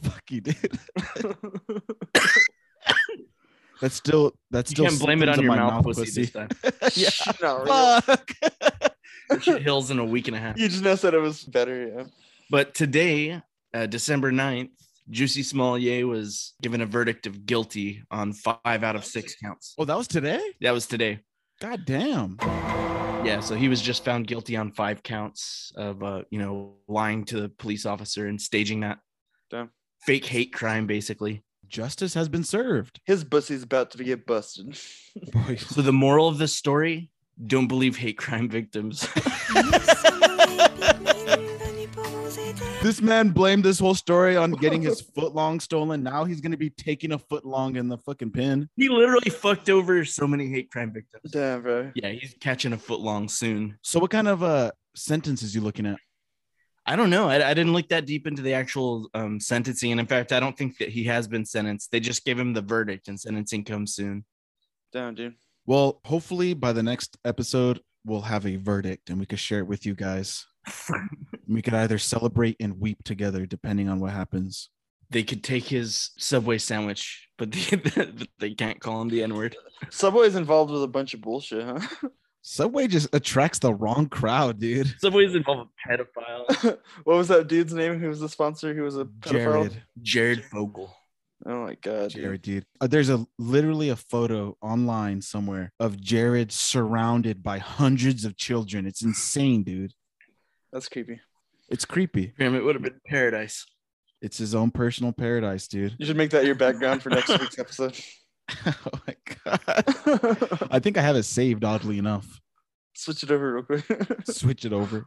S2: Fuck you, dude. that's still that's
S3: You
S2: still
S3: can't blame it
S2: symptoms of
S3: on your
S2: my
S3: mouth, pussy, this time.
S2: Yeah.
S7: Shinaria.
S2: Fuck.
S3: Shit Hills in a week and a half.
S7: You just now said it was better, yeah.
S3: But today, uh, December 9th, Juicy Smollett was given a verdict of guilty on five out of six counts.
S2: Oh, that was today?
S3: That was today.
S2: God damn.
S3: Yeah, so he was just found guilty on five counts of, uh, you know, lying to the police officer and staging that
S7: Damn.
S3: fake hate crime, basically.
S2: Justice has been served.
S7: His bussy's about to get busted.
S2: Boy.
S3: So the moral of this story: don't believe hate crime victims.
S2: This man blamed this whole story on getting his foot long stolen. Now he's gonna be taking a foot long in the fucking pin.
S3: he literally fucked over so many hate crime victims.
S7: Damn, bro.
S3: Yeah, he's catching a foot long soon.
S2: So what kind of uh sentence is you looking at?
S3: I don't know. I, I didn't look that deep into the actual um, sentencing. And in fact, I don't think that he has been sentenced. They just gave him the verdict, and sentencing comes soon.
S7: Damn, dude.
S2: Well, hopefully by the next episode, we'll have a verdict and we could share it with you guys. we could either celebrate and weep together, depending on what happens.
S3: They could take his Subway sandwich, but they, but they can't call him the N word.
S7: Subway's involved with a bunch of bullshit, huh?
S2: Subway just attracts the wrong crowd, dude.
S3: Subway's involved with pedophile.
S7: what was that dude's name who was the sponsor who was a pedophile?
S2: Jared,
S3: Jared Fogle.
S7: Oh my god. dude.
S2: Jared, dude. Uh, there's a literally a photo online somewhere of Jared surrounded by hundreds of children. It's insane, dude.
S7: That's creepy.
S2: It's creepy.
S3: Damn, it would have been paradise.
S2: It's his own personal paradise, dude.
S7: You should make that your background for next week's episode.
S2: oh my god. I think I have it saved, oddly enough.
S7: Switch it over real quick.
S2: Switch it over.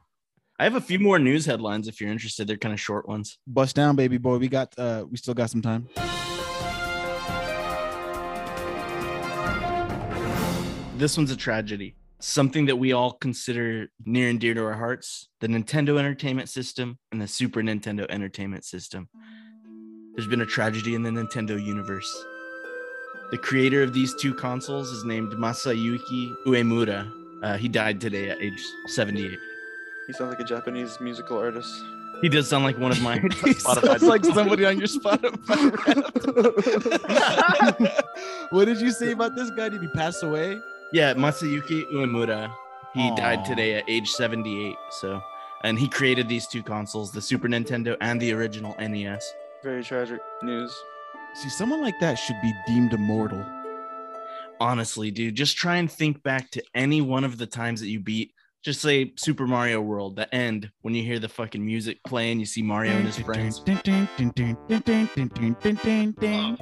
S3: I have a few more news headlines if you're interested. They're kind of short ones.
S2: Bust down, baby boy. We got uh we still got some time.
S3: This one's a tragedy. Something that we all consider near and dear to our hearts the Nintendo Entertainment System and the Super Nintendo Entertainment System. There's been a tragedy in the Nintendo universe. The creator of these two consoles is named Masayuki Uemura. Uh, he died today at age 78.
S7: He sounds like a Japanese musical artist.
S3: He does sound like one of mine.
S2: He
S7: Spotify
S2: sounds like
S7: does.
S2: somebody on your Spotify. rap. what did you say about this guy? Did he pass away?
S3: yeah, Masayuki Uemura. He
S2: Aw.
S3: died today at age 78. So, and he created these two consoles, the Super Nintendo and the original E NES.
S7: Very tragic news.
S2: See, someone like that should be deemed immortal.
S3: honestly, dude, just try and think back to any one of the times that you beat. Just say Super Mario World, the end, when you hear the fucking music playing, you see Mario and
S2: Mm-hmm.
S3: his friends. Oh,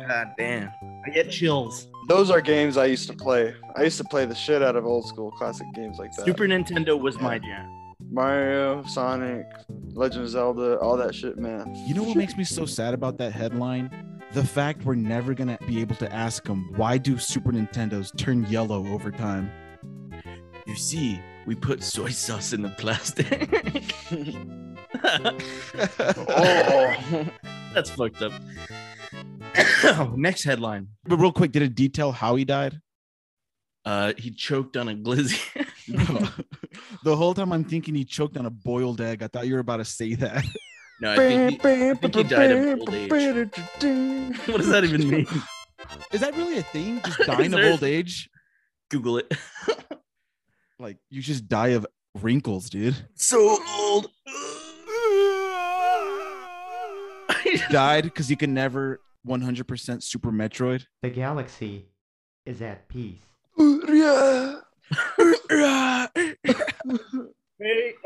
S3: God damn. I get chills.
S7: Those are games I used to play. I used to play the shit out of old school classic games like that.
S3: Super Nintendo was my jam.
S7: Mario, Sonic, Legend of Zelda, all that shit, man.
S2: You know what makes me so sad about that headline? The fact we're never gonna be able to ask them why do Super Nintendos turn yellow over time?
S3: You see, we put soy sauce in the plastic.
S7: Oh,
S3: That's fucked up. Next headline.
S2: But real quick, did it detail how he died?
S3: Uh, he choked on a glizzy.
S2: the whole time I'm thinking he choked on a boiled egg. I thought you were about to say that.
S3: no, I think, he, I think he died of old age. What does that even mean?
S2: Is that really a thing? Just
S3: Is
S2: dying of
S3: there-
S2: old age?
S3: Google it.
S2: Like you just die of wrinkles, dude.
S3: so old.
S2: Died because he could never 100% Super Metroid.
S12: The galaxy is at peace.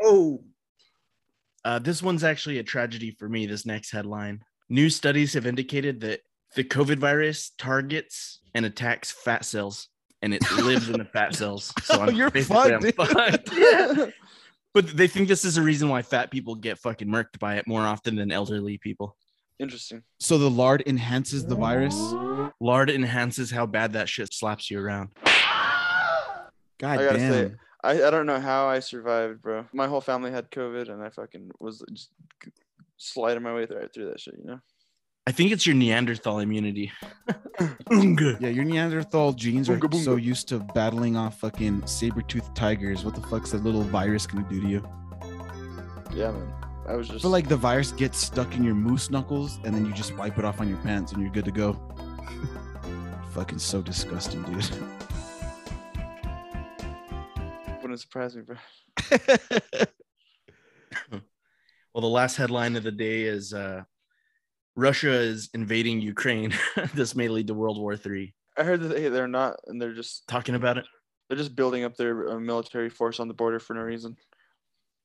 S3: oh. Uh, this one's actually a tragedy for me. This next headline. New studies have indicated that the COVID virus targets and attacks fat cells, and it lives in the fat cells. So
S2: Oh,
S3: I'm
S2: you're
S3: basically,
S2: fucked,
S3: I'm
S2: dude.
S3: fucked. But they think this is a reason why fat people get fucking murked by it more often than elderly people.
S7: Interesting.
S2: So the lard enhances the virus.
S3: Lard enhances how bad that shit slaps you around.
S2: God
S7: I gotta
S2: damn.
S7: say, I, I don't know how I survived, bro. My whole family had COVID, and I fucking was just sliding my way through, through that shit, you know?
S3: I think it's your Neanderthal immunity.
S2: Yeah, your Neanderthal genes are
S7: Boonga, boonga.
S2: so used to battling off fucking saber-toothed tigers. What the fuck's that little virus gonna do to you?
S7: Yeah, man. I was
S2: I
S7: just
S2: feel like the virus gets stuck in your moose knuckles and then you just wipe it off on your pants and you're good to go. fucking so disgusting, dude.
S7: wouldn't surprise me, bro.
S3: Well, the last headline of the day is uh, Russia is invading Ukraine. this may lead to World War Three.
S7: I heard that they, they're not, and they're just
S3: Talking about it,
S7: they're just building up their uh, military force on the border for no reason.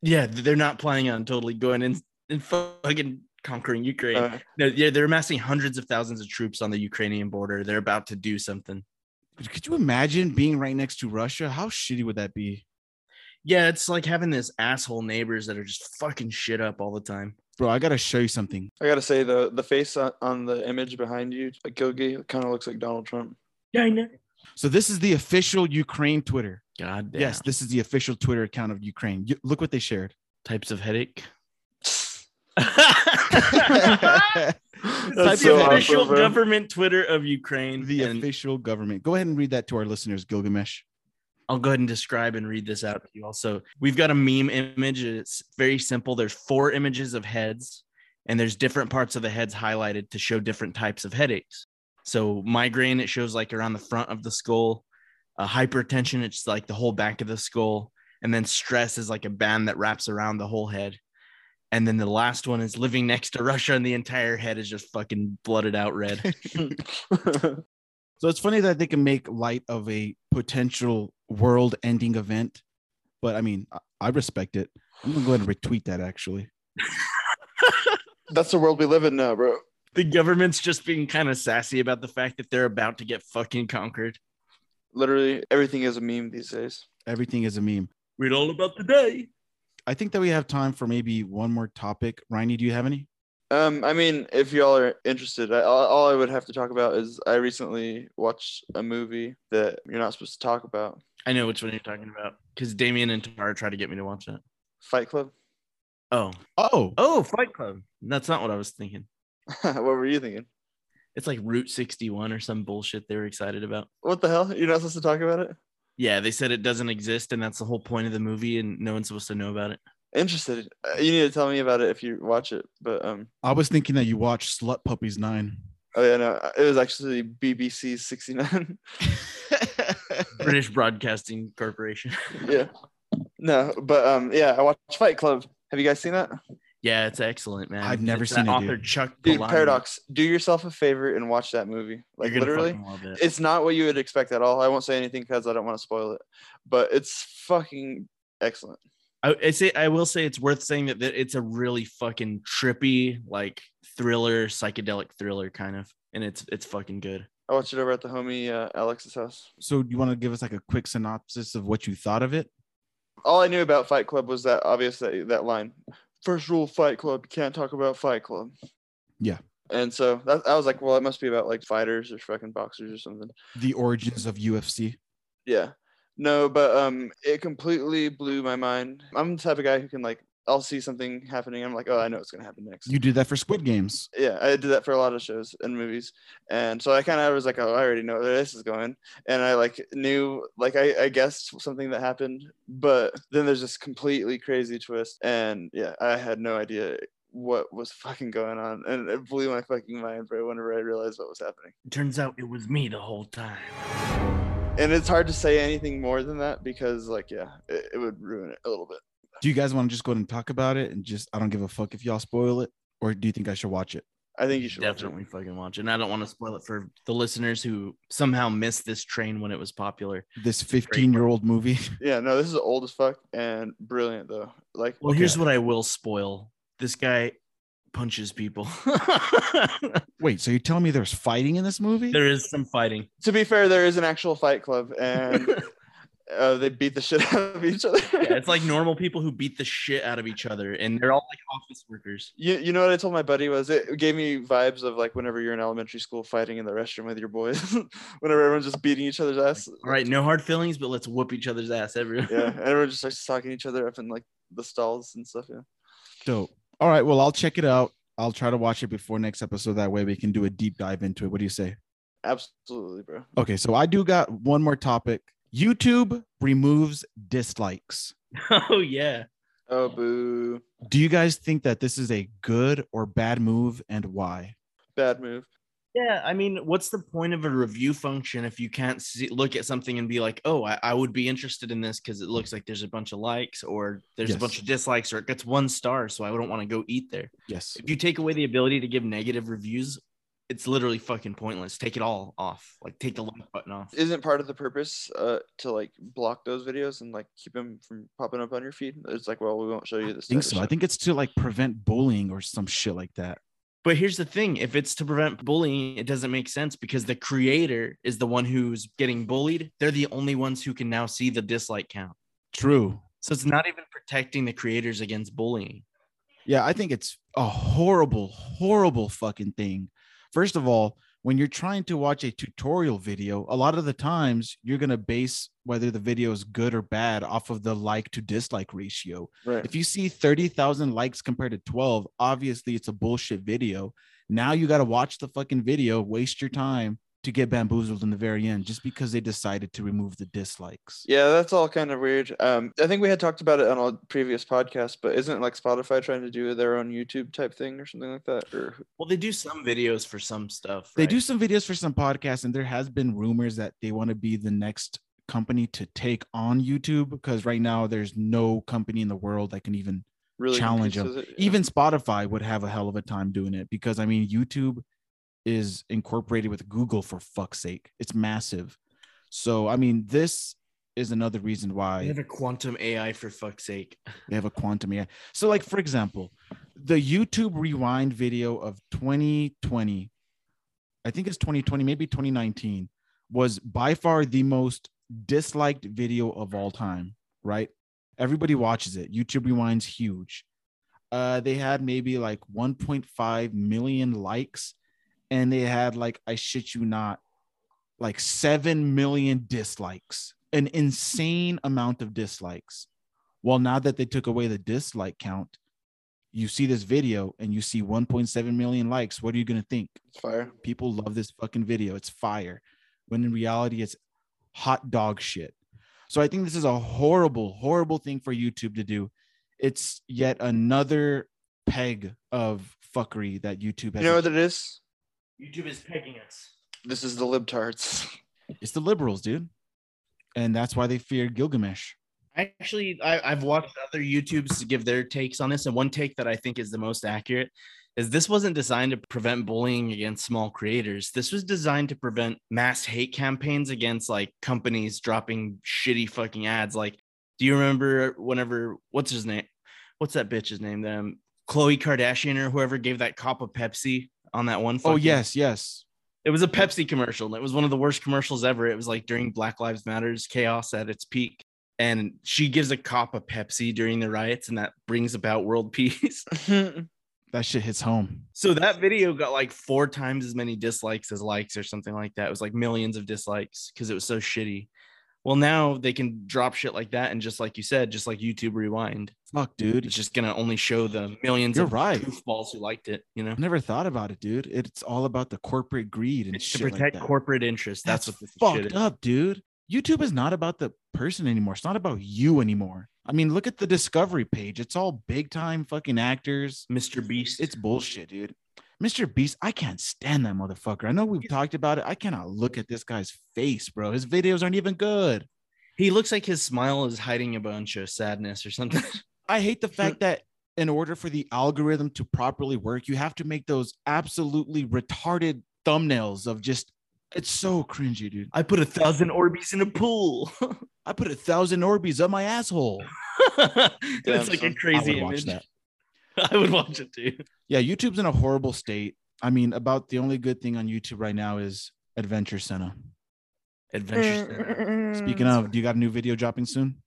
S3: yeah, th- they're not planning on totally going in and fucking conquering Ukraine.
S7: Uh,
S3: no, yeah, they're amassing hundreds of thousands of troops on the Ukrainian border. They're about to do something.
S2: Could you imagine being right next to Russia? How shitty would that be?
S3: Yeah, it's like having this asshole neighbors that are just fucking shit up all the time.
S2: Bro, I gotta show you something.
S7: I gotta say the the face on, on the image behind you, like Gilgi, kind of looks like Donald Trump.
S2: So this is the official Ukraine Twitter.
S3: God damn.
S2: Yes, this is the official Twitter account of Ukraine. You- look what they shared.
S3: Types of headache.
S7: That's
S3: That's
S7: so awesome,
S3: the official
S7: bro.
S3: government Twitter of Ukraine.
S2: the
S3: and
S2: official government. Go ahead and read that to our listeners, Gilgamesh.
S3: I'll go ahead and describe and read this out to you. Also, we've got a meme image. It's very simple. There's four images of heads, and there's different parts of the heads highlighted to show different types of headaches. So migraine, it shows like around the front of the skull. Uh, hypertension, it's like the whole back of the skull. And then stress is like a band that wraps around the whole head. And then the last one is living next to Russia, and the entire head is just fucking blooded out red.
S2: So it's funny that they can make light of a potential world ending event, but I mean, I, I respect it. I'm gonna go ahead and retweet that actually.
S7: That's the world we live in now, bro.
S3: the government's just being kind of sassy about the fact that they're about to get fucking conquered.
S7: Literally everything is a meme these days.
S2: Everything is a meme.
S3: Read all about the day.
S2: I think that we have time for maybe one more topic. Ryan, do you have any?
S7: Um, I mean, if y'all are interested, I, all, all I would have to talk about is I recently watched a movie that you're not supposed to talk about,
S3: I know which one you're talking about because Damien and Tara tried to get me to watch that.
S7: Fight Club.
S3: Oh,
S2: Oh,
S3: oh, Fight Club. That's not what I was thinking.
S7: what were you thinking?
S3: It's like Route 61 or some bullshit they were excited about.
S7: What the hell? You're not supposed to talk about it?
S3: Yeah, they said it doesn't exist, and that's the whole point of the movie, and no one's supposed to know about it.
S7: Interested. Uh, You need to tell me about it if you watch it. But um,
S2: I was thinking that you watched Slut Puppies Nine.
S7: oh yeah, no, it was actually BBC 69.
S3: British Broadcasting Corporation.
S7: yeah. No, but um, yeah, I watched Fight Club. Have you guys seen that?
S3: Yeah, it's excellent, man.
S2: I've never
S3: It's
S2: seen
S3: that
S2: it, dude.
S3: author Chuck
S7: Dude,
S3: Palahniuk.
S7: Paradox. Do yourself a favor and watch that movie. Like
S3: You're gonna
S7: literally,
S3: fucking love it.
S7: it's not what you would expect at all. I won't say anything because I don't want to spoil it. But it's fucking excellent.
S3: I, I say I will say it's worth saying that, that it's a really fucking trippy, like thriller, psychedelic thriller kind of, and it's it's fucking good.
S7: I watched it over at the homie uh, Alex's house.
S2: So you want to give us like a quick synopsis of what you thought of it?
S7: All I knew about Fight Club was that obvious that, that line. First rule of Fight Club: you can't talk about Fight Club.
S2: Yeah.
S7: And so that, I was like, well, it must be about like fighters or fucking boxers or something.
S2: The origins of UFC.
S7: Yeah. No, but um it completely blew my mind. I'm the type of guy who can like I'll see something happening. I'm like, oh, I know what's gonna happen next.
S2: You did that for Squid Games.
S7: yeah, I did that for a lot of shows and movies, and so I kind of was like, oh, I already know where this is going, and I like knew, like I, I guessed something that happened, but then there's this completely crazy twist, and yeah, I had no idea what was fucking going on, and it blew my fucking mind, bro, whenever I realized what was happening.
S3: Turns out it was me the whole time.
S7: and it's hard to say anything more than that because like yeah it, it would ruin it a little bit
S2: Do you guys want to just go ahead and talk about it and just I don't give a fuck if y'all spoil it, or do you think I should watch it?
S7: i think you should watch it.
S3: Definitely fucking watch it. And I don't want to spoil it for the listeners who somehow missed this train when it was popular.
S2: This 15 year old movie.
S7: yeah no this is old as fuck and brilliant though like
S3: Well, here's what I will spoil. This guy punches people.
S2: Wait, so you're telling me there's fighting in this movie?
S3: there is some fighting.
S7: to be fair there is an actual fight club and uh, they beat the shit out of each other
S3: Yeah, it's like normal people who beat the shit out of each other, and they're all like office workers.
S7: you, you know what i told my buddy was it gave me vibes of like whenever you're in elementary school fighting in the restroom with your boys whenever everyone's just beating each other's ass
S3: All right, no hard feelings, but let's whoop each other's ass every.
S7: yeah and everyone just starts talking each other up in like the stalls and stuff yeah
S2: Dope. All right. Well, I'll check it out. I'll try to watch it before next episode. That way we can do a deep dive into it. What do you say?
S7: absolutely bro
S2: Okay. So I do got one more topic. YouTube removes dislikes.
S3: oh yeah.
S7: oh boo
S2: Do you guys think that this is a good or bad move and why?
S7: bad move
S3: Yeah, I mean, what's the point of a review function if you can't see, look at something and be like, "Oh, I, I would be interested in this because it looks like there's a bunch of likes, or there's
S2: Yes.
S3: a bunch of dislikes, or it gets one star, so I wouldn't want to go eat there."
S2: Yes.
S3: If you take away the ability to give negative reviews, it's literally fucking pointless. Take it all off. Like, take the like button off.
S7: isn't part of the purpose uh, to like block those videos and like keep them from popping up on your feed? It's like, well, we won't show you this.
S2: I think
S7: type of
S2: so. I
S7: shit.
S2: think it's to like prevent bullying or some shit like that.
S3: But here's the thing if it's to prevent bullying, it doesn't make sense because the creator is the one who's getting bullied. They're the only ones who can now see the dislike count.
S2: True.
S3: So it's not even protecting the creators against bullying.
S2: Yeah, I think it's a horrible, horrible fucking thing. First of all, when you're trying to watch a tutorial video, a lot of the times you're going to base whether the video is good or bad off of the like to dislike ratio.
S7: Right.
S2: If you see 30,000 likes compared to 12, obviously it's a bullshit video. Now you got to watch the fucking video, waste your time to get bamboozled in the very end just because they decided to remove the dislikes.
S7: Yeah, that's all kind of weird. Um, I think we had talked about it on a previous podcast, but isn't like Spotify trying to do their own YouTube type thing or something like that? Or
S3: Well, they do some videos for some stuff.
S2: They
S3: right?
S2: do some videos for some podcasts, and there has been rumors that they want to be the next company to take on YouTube because right now there's no company in the world that can even
S7: really
S2: challenge
S7: competes
S2: them.
S7: with it? Yeah.
S2: Even Spotify would have a hell of a time doing it because I mean YouTube is incorporated with Google for fuck's sake. It's massive. So I mean this is another reason why
S3: They have a quantum AI for fuck's sake.
S2: they have a quantum AI. So, like for example, the YouTube Rewind video of 2020, I think it's 2020, maybe 2019, was by far the most disliked video of all time. Right? Everybody watches it. YouTube Rewind's huge. Uh, they had maybe like 1.5 million likes, and they had like I shit you not, like seven million dislikes. An insane amount of dislikes. Well, now that they took away the dislike count, You see this video and you see 1.7 million likes. What are you going to think?
S7: It's fire.
S2: People love this fucking video. It's fire. When in reality, it's hot dog shit. So I think this is a horrible, horrible thing for YouTube to do. It's yet another peg of fuckery that YouTube
S7: You
S2: has.
S7: know what it is?
S3: YouTube is pegging us.
S7: This is the libtards.
S2: it's the liberals, dude. And that's why they fear Gilgamesh.
S3: Actually, I, I've watched other YouTubes to give their takes on this, and one take that I think is the most accurate is this wasn't designed to prevent bullying against small creators. This was designed to prevent mass hate campaigns against like companies dropping shitty fucking ads. Like, do you remember whenever what's his name? What's that bitch's name? Them Chloe Kardashian or whoever gave that cop a Pepsi on that one.
S2: Oh
S3: fucking-
S2: yes, yes.
S3: It was a Pepsi commercial. And it was one of the worst commercials ever. It was like during Black Lives Matters chaos at its peak. And she gives a cop a Pepsi during the riots, and that brings about world peace.
S2: That shit hits home.
S3: so that video got like four times as many dislikes as likes or something like that. It was like millions of dislikes because it was so shitty. Well, now they can drop shit like that. And just like you said, just like YouTube Rewind,
S2: Fuck, dude.
S3: it's just going to only show the 1000000s
S2: You're
S3: of
S2: right.
S3: goofballs who liked it, you know?
S2: I never thought about it, dude. It's all about the corporate greed and
S3: It's to
S2: shit like
S3: protect
S2: that.
S3: corporate interests. That's,
S2: That's,
S3: what this shit
S2: fucked
S3: is.
S2: up, dude. YouTube is not about the person anymore. It's not about you anymore. I mean, look at the discovery page. It's all big time fucking actors.
S3: Mr. Beast.
S2: It's bullshit, dude. Mr. Beast, I can't stand that motherfucker. I know we've talked about it. I cannot look at this guy's face, bro. His videos aren't even good.
S3: He looks like his smile is hiding a bunch of sadness or something.
S2: I hate the fact that in order for the algorithm to properly work, you have to make those absolutely retarded thumbnails of just it's so cringy, dude.
S3: I put a thousand Orbeez in a pool.
S2: I put a thousand Orbeez up my asshole.
S3: it's like a
S7: son.
S3: crazy
S2: I would watch
S3: image.
S2: that.
S3: I would watch it too.
S2: Yeah, YouTube's in a horrible state. I mean, about the only good thing on YouTube right now is Adventure Center.
S6: Mm,
S3: Adventure.
S2: Speaking of, do you got a new video dropping soon?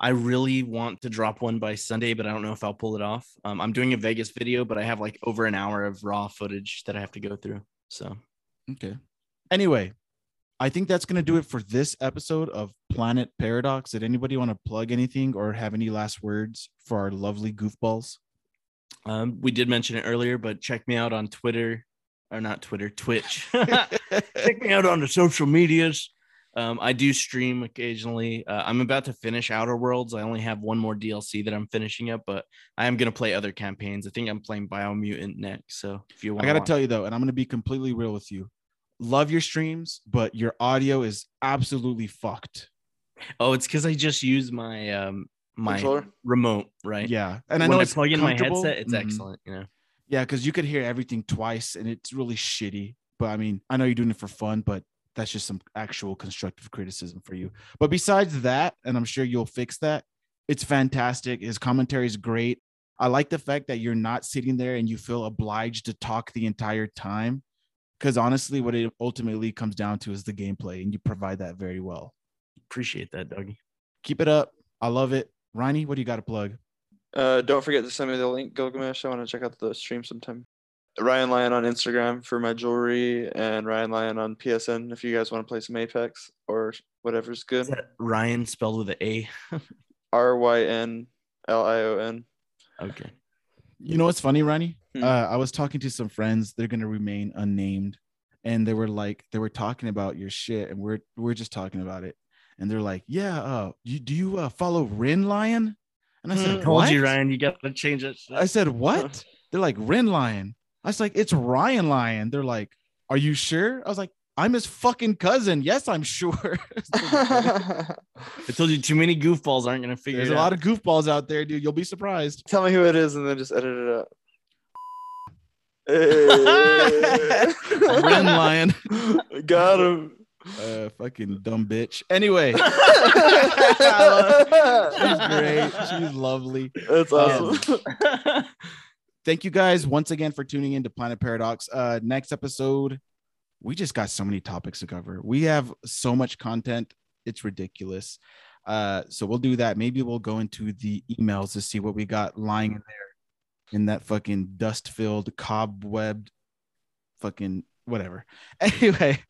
S3: I really want to drop one by Sunday, but I don't know if I'll pull it off. Um, I'm doing a Vegas video, but I have like over an hour of raw footage that I have to go through. So
S2: Okay. Anyway, I think that's going to do it for this episode of Planet Paradox. Did anybody want to plug anything or have any last words for our lovely goofballs?
S3: um, we did mention it earlier, but check me out on Twitter or not Twitter, Twitch. check me out on the social medias. Um, I do stream occasionally. Uh, I'm about to finish Outer Worlds. I only have one more DLC that I'm finishing up, but I am going to play other campaigns. I think I'm playing Biomutant next. So if you want,
S2: I got to tell you though, and I'm going to be completely real with you. Love your streams, but your audio is absolutely fucked.
S3: oh, it's because I just use my um my
S7: Controller?
S3: remote, right?
S2: Yeah. And I
S3: when
S2: know
S3: I
S2: it's
S3: plug in my
S2: comfortable.
S3: headset, it's
S2: Mhm.
S3: excellent. You know,
S2: Yeah, because you could hear everything twice and it's really shitty. But I mean, I know you're doing it for fun, but that's just some actual constructive criticism for you. But besides that, and I'm sure you'll fix that, it's fantastic. His commentary is great. I like the fact that you're not sitting there and you feel obliged to talk the entire time. Because honestly, what it ultimately comes down to is the gameplay, and you provide that very well.
S3: appreciate that, Dougie.
S2: Keep it up. I love it. Ronnie, what do you got to plug?
S7: Uh, don't forget to send me the link, Gilgamesh. I want to check out the stream sometime. Ryan Lyon on Instagram for my jewelry, and Ryan Lyon on PSN if you guys want to play some Apex or whatever's
S3: Is
S7: good.
S3: that Ryan spelled with a A?
S7: R Y N L I O N.
S3: Okay.
S2: You know what's funny, Ronnie?
S7: Hmm.
S2: Uh, I was talking to some friends. They're gonna remain unnamed, and they were like, they were talking about your shit, and we're we're just talking about it, and they're like, yeah, uh, you, do you uh, follow Ren Lion? And I said,
S3: I Hmm. told you,
S2: "What?"
S3: Ryan, you got to change it.
S2: I said, what? They're like Ren Lion. I was like, it's Ryan Lion. They're like, are you sure? I was like, I'm his fucking cousin. Yes, I'm sure.
S3: I told you too many goofballs aren't going to figure
S2: There's
S3: it
S2: a
S3: out.
S2: lot of goofballs out there, dude. You'll be surprised.
S7: Tell me who it is, and then just edit it out. Hey.
S2: Ren Lion,
S7: Got him.
S2: uh, fucking dumb bitch. Anyway. She's great.
S7: That's
S2: She's lovely.
S7: awesome.
S2: Thank you guys once again for tuning in to Planet Paradox. Uh, next episode, we just got so many topics to cover. We have so much content, it's ridiculous. Uh, so we'll do that. Maybe we'll go into the emails to see what we got lying in there in that fucking dust filled, cobwebbed, fucking whatever. Anyway,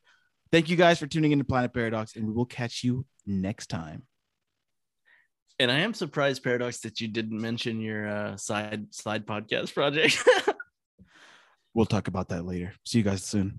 S2: thank you guys for tuning in to Planet Paradox, and we will catch you next time.
S3: And I am surprised, Paradox, that you didn't mention your uh, side side podcast project.
S2: We'll talk about that later. See you guys soon.